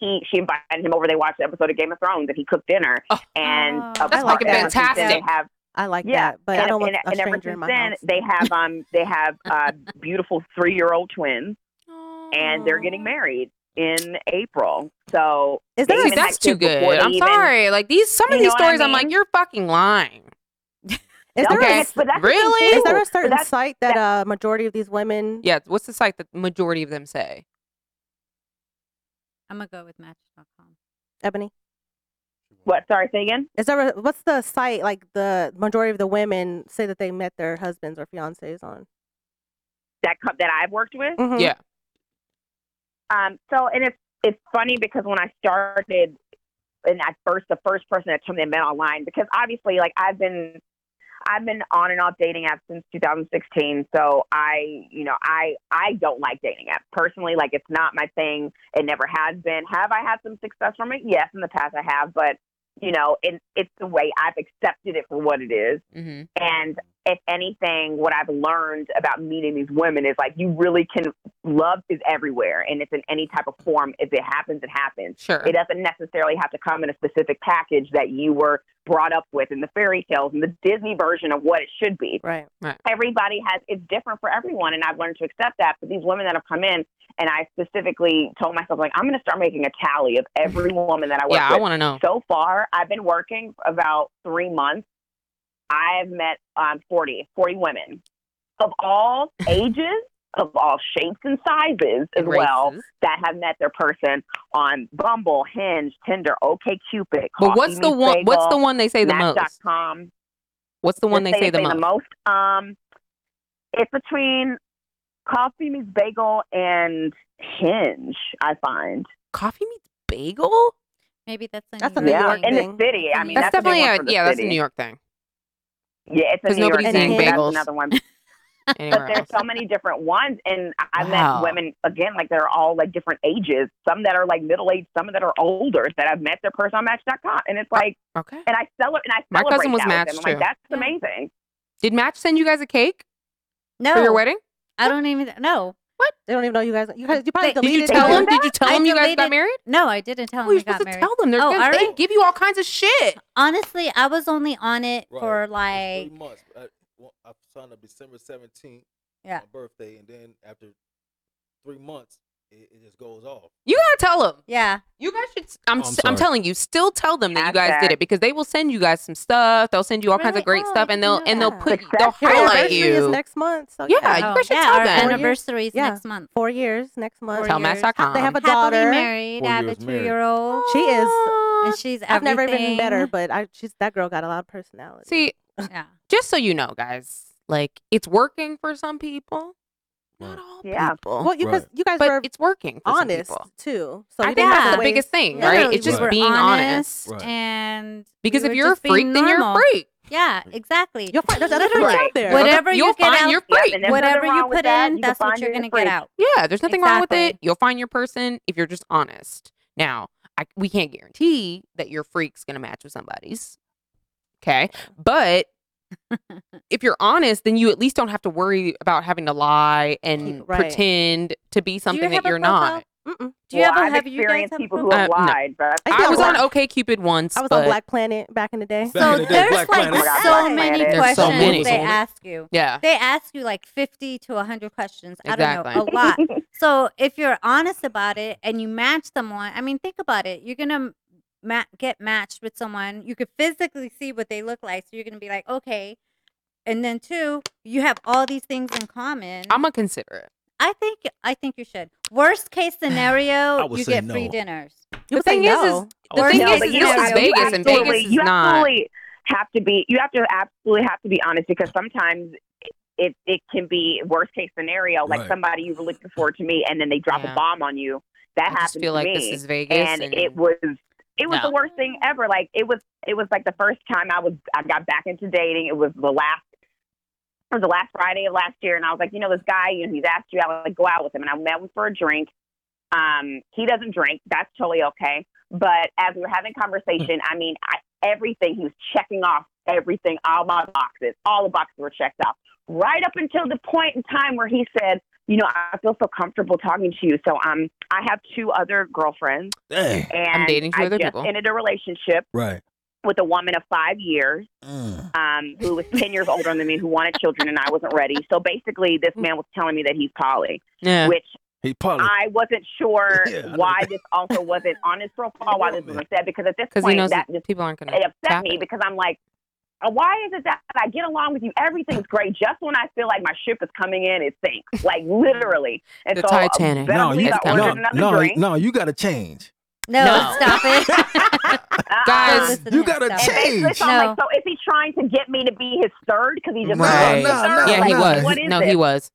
C: he she invited him over. They watched an episode of Game of Thrones and he cooked dinner.
A: Oh.
C: and
E: Oh.
C: of
E: That's
C: course,
A: fucking
C: ever since then,
A: fantastic.
C: They have
B: I like
C: yeah,
B: that, but
C: and,
B: I don't want
C: and,
B: a
C: and ever
B: stranger in
C: since
B: my
C: then
B: house.
C: they have um they have uh, beautiful three year old twins
A: Mm-hmm.
C: and they're getting married in April. So
B: Is
C: they
B: that
A: Dude,
C: even had
A: that's too
C: kids before
A: good.
C: they
A: I'm
C: even-
A: sorry. Like these, some of
C: You
A: these
C: know what I
A: stories, I'm like,
C: mean?
A: you're fucking lying.
B: is
C: No,
B: there
A: okay.
B: a,
C: but that's the thing,
A: Really?
C: too.
B: is there a
C: But
B: certain
C: that's-
B: site that a majority of these women?
A: Yeah. What's the site that majority of them say?
E: I'm gonna go with Match.com.
B: Ebony,
C: what? Sorry, say again.
B: is there a, what's the site like the majority of the women say that they met their husbands or fiancés on?
C: That cup that I've worked with.
B: Mhm.
A: Yeah.
C: Um, so and it's it's funny because when I started and at first the first person that told me they met online because obviously like I've been I've been on and off dating apps since 2016. So I, you know, I I don't like dating apps personally. Like it's not my thing. It never has been. Have I had some success from it? Yes, in the past I have, but you know, and it's the way I've accepted it for what it is.
A: hmm
C: And if anything, what I've learned about meeting these women is like you really can love is everywhere and it's in any type of form. If it happens, it happens.
A: Sure.
C: It doesn't necessarily have to come in a specific package that you were brought up with in the fairy tales and the Disney version of what it should be.
B: Right.
C: Everybody has it's different for everyone and I've learned to accept that. But these women that have come in and I specifically told myself like I'm gonna start making a tally of every woman that I work
A: yeah,
C: with.
A: I want to know.
C: So far, I've been working about three months. I've met um, 40, 40 women. of
A: (laughs)
C: all ages, of all shapes and sizes as well
A: Races.
C: that have met their person on Bumble, Hinge, Tinder, OKCupid.
A: But what's the one? What's the one they say the most?
C: Match.com.
A: What's the one they say the
C: the
A: most?
C: most. Um, it's between Coffee Meets Bagel and Hinge, I find.
A: Coffee meets bagel.
E: Maybe that's a
B: That's
E: New
B: a New
E: York
C: yeah,
B: York
C: in
E: thing.
C: the
B: thing.
C: city. I mean,
A: That's,
C: that's, a big
A: definitely
C: one
A: a,
C: for the
A: yeah. That's a
C: city.
A: New York thing.
C: Yeah, it's a
A: 'Cause
C: New York
A: nobody's
C: thing.
B: saying
C: but That's
A: bagels. (laughs)
C: another one. (laughs) But
A: Anywhere
C: there's
A: else?
C: so many different ones, and I
A: Wow.
C: met women again, like they're all like different ages. Some that are like middle aged, some that are older. That I've met their person on Match.com, and it's like,
A: Okay.
C: and I sell and I
A: Uh, My
C: celebrate
A: cousin was
C: that with them.
A: matched,
C: I'm like,
A: too.
C: that's
E: Yeah.
C: amazing.
A: Did Match send you guys a cake
E: No,
A: for your wedding?
E: I don't even know.
B: They don't even know you guys. You guys, you probably
E: Wait, did
A: Did you
B: deleted
A: tell
C: did
A: them?
C: that?
A: Did you tell
E: I
A: them you guys got
E: deleted-
A: married?
E: No, I didn't tell
A: Oh,
E: him
A: you're
E: we got
A: supposed to
E: married.
A: tell them. They're
E: Oh,
A: gonna,
E: all
A: They
E: right.
A: give you all kinds of shit.
E: Honestly, I was only on it for like
D: three months. I, well, I signed up December seventeenth.
E: Yeah.
D: My birthday, and then after three months, it, it just goes off.
A: You gotta tell them.
E: yeah.
A: You guys should. I'm.
D: Oh, I'm
A: s- I'm
D: sorry.
A: telling you. Still tell them that you guys did
C: Hashtag.
A: it because they will send you guys some stuff. They'll send you all kinds of
E: Really?
A: great
E: Oh, I
A: stuff, and
E: didn't
A: they'll
E: know
A: and they'll
E: that.
A: put
C: Success
A: they'll
B: Your
A: highlight
B: anniversary is
A: you.
B: next month. So
A: Yeah, you
E: Oh,
A: guys should
E: yeah,
A: tell
E: our
A: them.
E: anniversary is
B: Yeah.
E: next month.
B: four years next month.
E: Four
A: Tell
E: years.
A: Match.com.
B: They have a
E: I'm happily
B: daughter.
E: married.
D: Four
E: I have a
D: years married.
E: two-year-old,
B: She is.
A: Aw.
E: and she's everything.
B: I've never even met her, but I she's that girl got a lot of personality.
A: See,
E: Yeah,
A: just so you know, guys, like it's working for some people, not
D: Right.
A: all
C: Yeah.
A: people.
B: well, you
D: Right.
B: 'cause you guys
A: but
B: were
A: it's working. For some
B: honest
A: people.
B: too. So
A: I
B: you
A: think
B: didn't have
A: that's
B: to
A: the
B: wait-
A: biggest thing,
B: Yeah.
A: right?
E: Literally,
A: It's just
E: we were
A: being honest.
D: Right.
E: and
A: Because
E: we
A: if
E: were
A: you're a
E: just being
A: freak, then you're a
E: normal.
A: freak.
E: Yeah, exactly.
B: You'll find there's other people
C: Literally.
B: out there.
A: What-
E: Whatever
A: You'll
E: you get
A: find
E: out,
A: your
C: Yep,
A: freak.
C: and there's
E: whatever
C: nothing
E: you
C: wrong with
E: put
C: that.
E: in,
C: You can
E: that's what
C: find
E: you're
C: your
E: gonna get
C: freak.
E: out.
A: Yeah, there's nothing wrong with it.
E: Exactly.
A: You'll find your person if you're just honest. Now, I, we can't guarantee that your freak's gonna match with somebody's. Okay,
E: (laughs)
A: but if you're honest, then you at least don't have to worry about having to lie and
B: Keep- right.
A: pretend to be something
E: have
A: that
E: a
A: you're
E: profile?
A: not.
B: Mm-mm.
E: Do you
C: well,
E: ever
C: I've
E: have you guys
C: experienced
E: have
C: people
E: a
C: who
E: profile?
C: have
A: Uh, no.
C: lied, but
B: I
A: I
B: Yeah,
A: was on
B: well,
A: OKCupid once.
B: I was
A: but
B: on Black Planet back in the day.
D: Back
E: So
D: in the day,
E: there's
D: Black
E: like
D: Planet.
C: Oh my God,
E: so
C: Black
E: many
C: Planet.
A: There's
E: questions
A: so many.
E: they ask you.
A: Yeah,
E: They ask you like 50 to 100 questions. I don't
A: Exactly.
E: know,
C: (laughs)
E: a lot. So if you're honest about it and you match someone, I mean, think about it. You're gonna ma- get matched with someone. You could physically see what they look like, so you're gonna be like, okay. And then two, you have all these things in common.
A: I'm gonna consider it.
E: I think I think you should. Worst case
D: (sighs) I
E: scenario,
D: would
E: you
D: say
E: get free
D: no.
E: dinners.
B: You
A: The
B: would say
A: thing is, is
B: no.
A: the
D: Oh,
A: thing
E: no,
A: is,
E: but
A: is
E: you
A: this
E: know,
A: is
E: you
A: Vegas, and
C: absolutely-
A: Vegas is
C: you
A: not.
C: absolutely have to be. You have to absolutely have to be honest because sometimes it it can be worst case scenario, like
D: Right.
C: somebody you were looking forward to meet, and then they drop
A: Yeah.
C: a bomb on you. That
A: I
C: happened
A: just feel
C: to
A: like
C: me,
A: this is Vegas,
C: and
A: and,
C: it was it was
A: No.
C: the worst thing ever. Like it was it was like the first time I was I got back into dating. It was the last. It was the last Friday of last year, and I was like, you know, this guy, you know, he's asked you out, like, go out with him, and I met him for a drink. Um, he doesn't drink. That's totally okay. But as we were having conversation, I mean, I, everything he was checking off everything, all my boxes, all the boxes were checked off, right up until the point in time where he said, "You know, I feel so comfortable talking to you. So um, I have two other girlfriends,
D: dang.
C: and
A: dating two
C: I
A: other
C: just
A: people."
C: ended a relationship
D: Right.
C: with a woman of five years."
D: Mm.
C: um, who was 10 years older than me, who wanted children, and I wasn't ready. So basically, this man was telling me that he's poly,
A: yeah.
C: which
D: He probably.
C: I wasn't sure
D: (laughs) Yeah, I know
C: why
D: that.
C: this also wasn't on his profile, why this
D: Woman.
C: wasn't said, because at this
A: because he
C: point,
A: knows
C: that
A: that
C: just
A: people aren't gonna.
C: it upset
A: tap
C: me
A: it.
C: because I'm like, "Uh, why is it that I get along with you? Everything's great. Just when I feel like my ship is coming in, it sinks. Like literally. And
A: The
C: so uh,
A: Titanic.
C: better
A: No,
D: no,
C: believe
D: you,
A: it's
C: I
A: coming.
D: no,
C: ordered another
D: no,
C: drink.
D: no, you gotta change.
E: No,
A: No.
E: stop
D: (laughs)
E: it.
C: Uh-uh.
A: Guys,
E: Listen to
D: you
E: him,
D: gotta
E: stop it.
C: And basically, so, I'm
E: No.
C: like, so is he trying to get me to be his third? Because he just
A: Right.
C: no,
D: No, no,
A: yeah, he
D: no.
A: was.
C: What is
A: no,
C: it?
A: he was.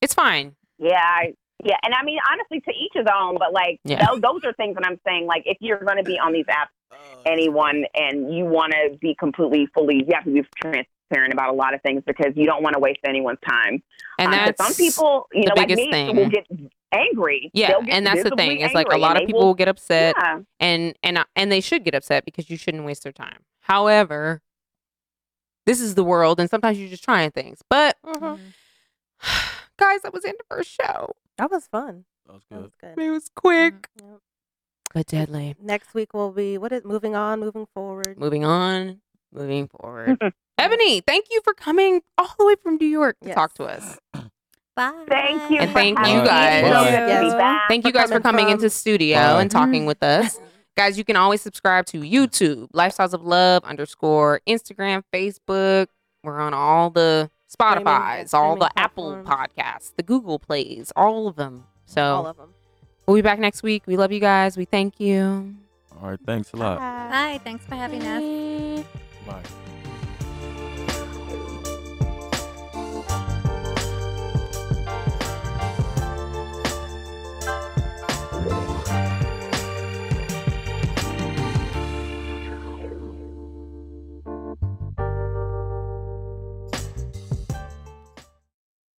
A: It's fine.
C: Yeah, I, yeah, and I mean honestly, to each his own. But like,
A: Yeah.
C: tho- those are things that I'm saying. Like, if you're going to be on these apps,
D: Uh,
C: anyone, and you want to be completely fully, you have to be transparent about a lot of things because you don't want to waste anyone's time.
A: And
C: Um, 'cause
A: that's
C: some people, you
A: the
C: know, like
A: biggest
C: me,
A: thing.
C: will get angry.
A: Yeah,
C: They'll get
A: and that's the
C: visibly
A: thing. It's like a
C: angry,
A: lot of
C: and they
A: people will get upset,
C: yeah.
A: and and I- and they should get upset because you shouldn't waste their time. However, this is the world, and sometimes you're just trying things. But
C: Mm-hmm.
B: Mhm.
A: (sighs) guys, that was the end of our show.
B: That was fun.
D: That was
B: That was
D: good.
B: good. Mm-hmm,
A: It was quick
B: Yep.
C: Mm-hmm.
A: but deadly.
B: Next week will be what is moving on, moving forward.
A: Moving on, moving
C: (laughs)
A: forward. Ebony, thank you for coming all the way from New York to
B: Yes.
A: talk to us.
E: Bye.
C: Thank you.
A: And
C: for
A: thank you
C: having me.
A: guys.
C: So good
E: Bye.
C: to be back.
A: Thank you
B: for
A: guys for
B: coming
A: coming
B: from- Mm-hmm.
A: into studio
D: Bye.
A: and talking
E: Mm.
A: with us. Guys, you can always subscribe to YouTube, Lifestyles of Love underscore Instagram, Facebook. We're on all the
B: Streaming-
A: Spotify's, all the
B: streaming
A: Apple
B: platforms.
A: podcasts, the Google Plays, all of them. So
B: all of them.
A: we'll be back next week. We love you guys. We thank you.
B: Uh,
D: All right. Thanks a lot.
E: Hi, thanks for having us.
A: Bye.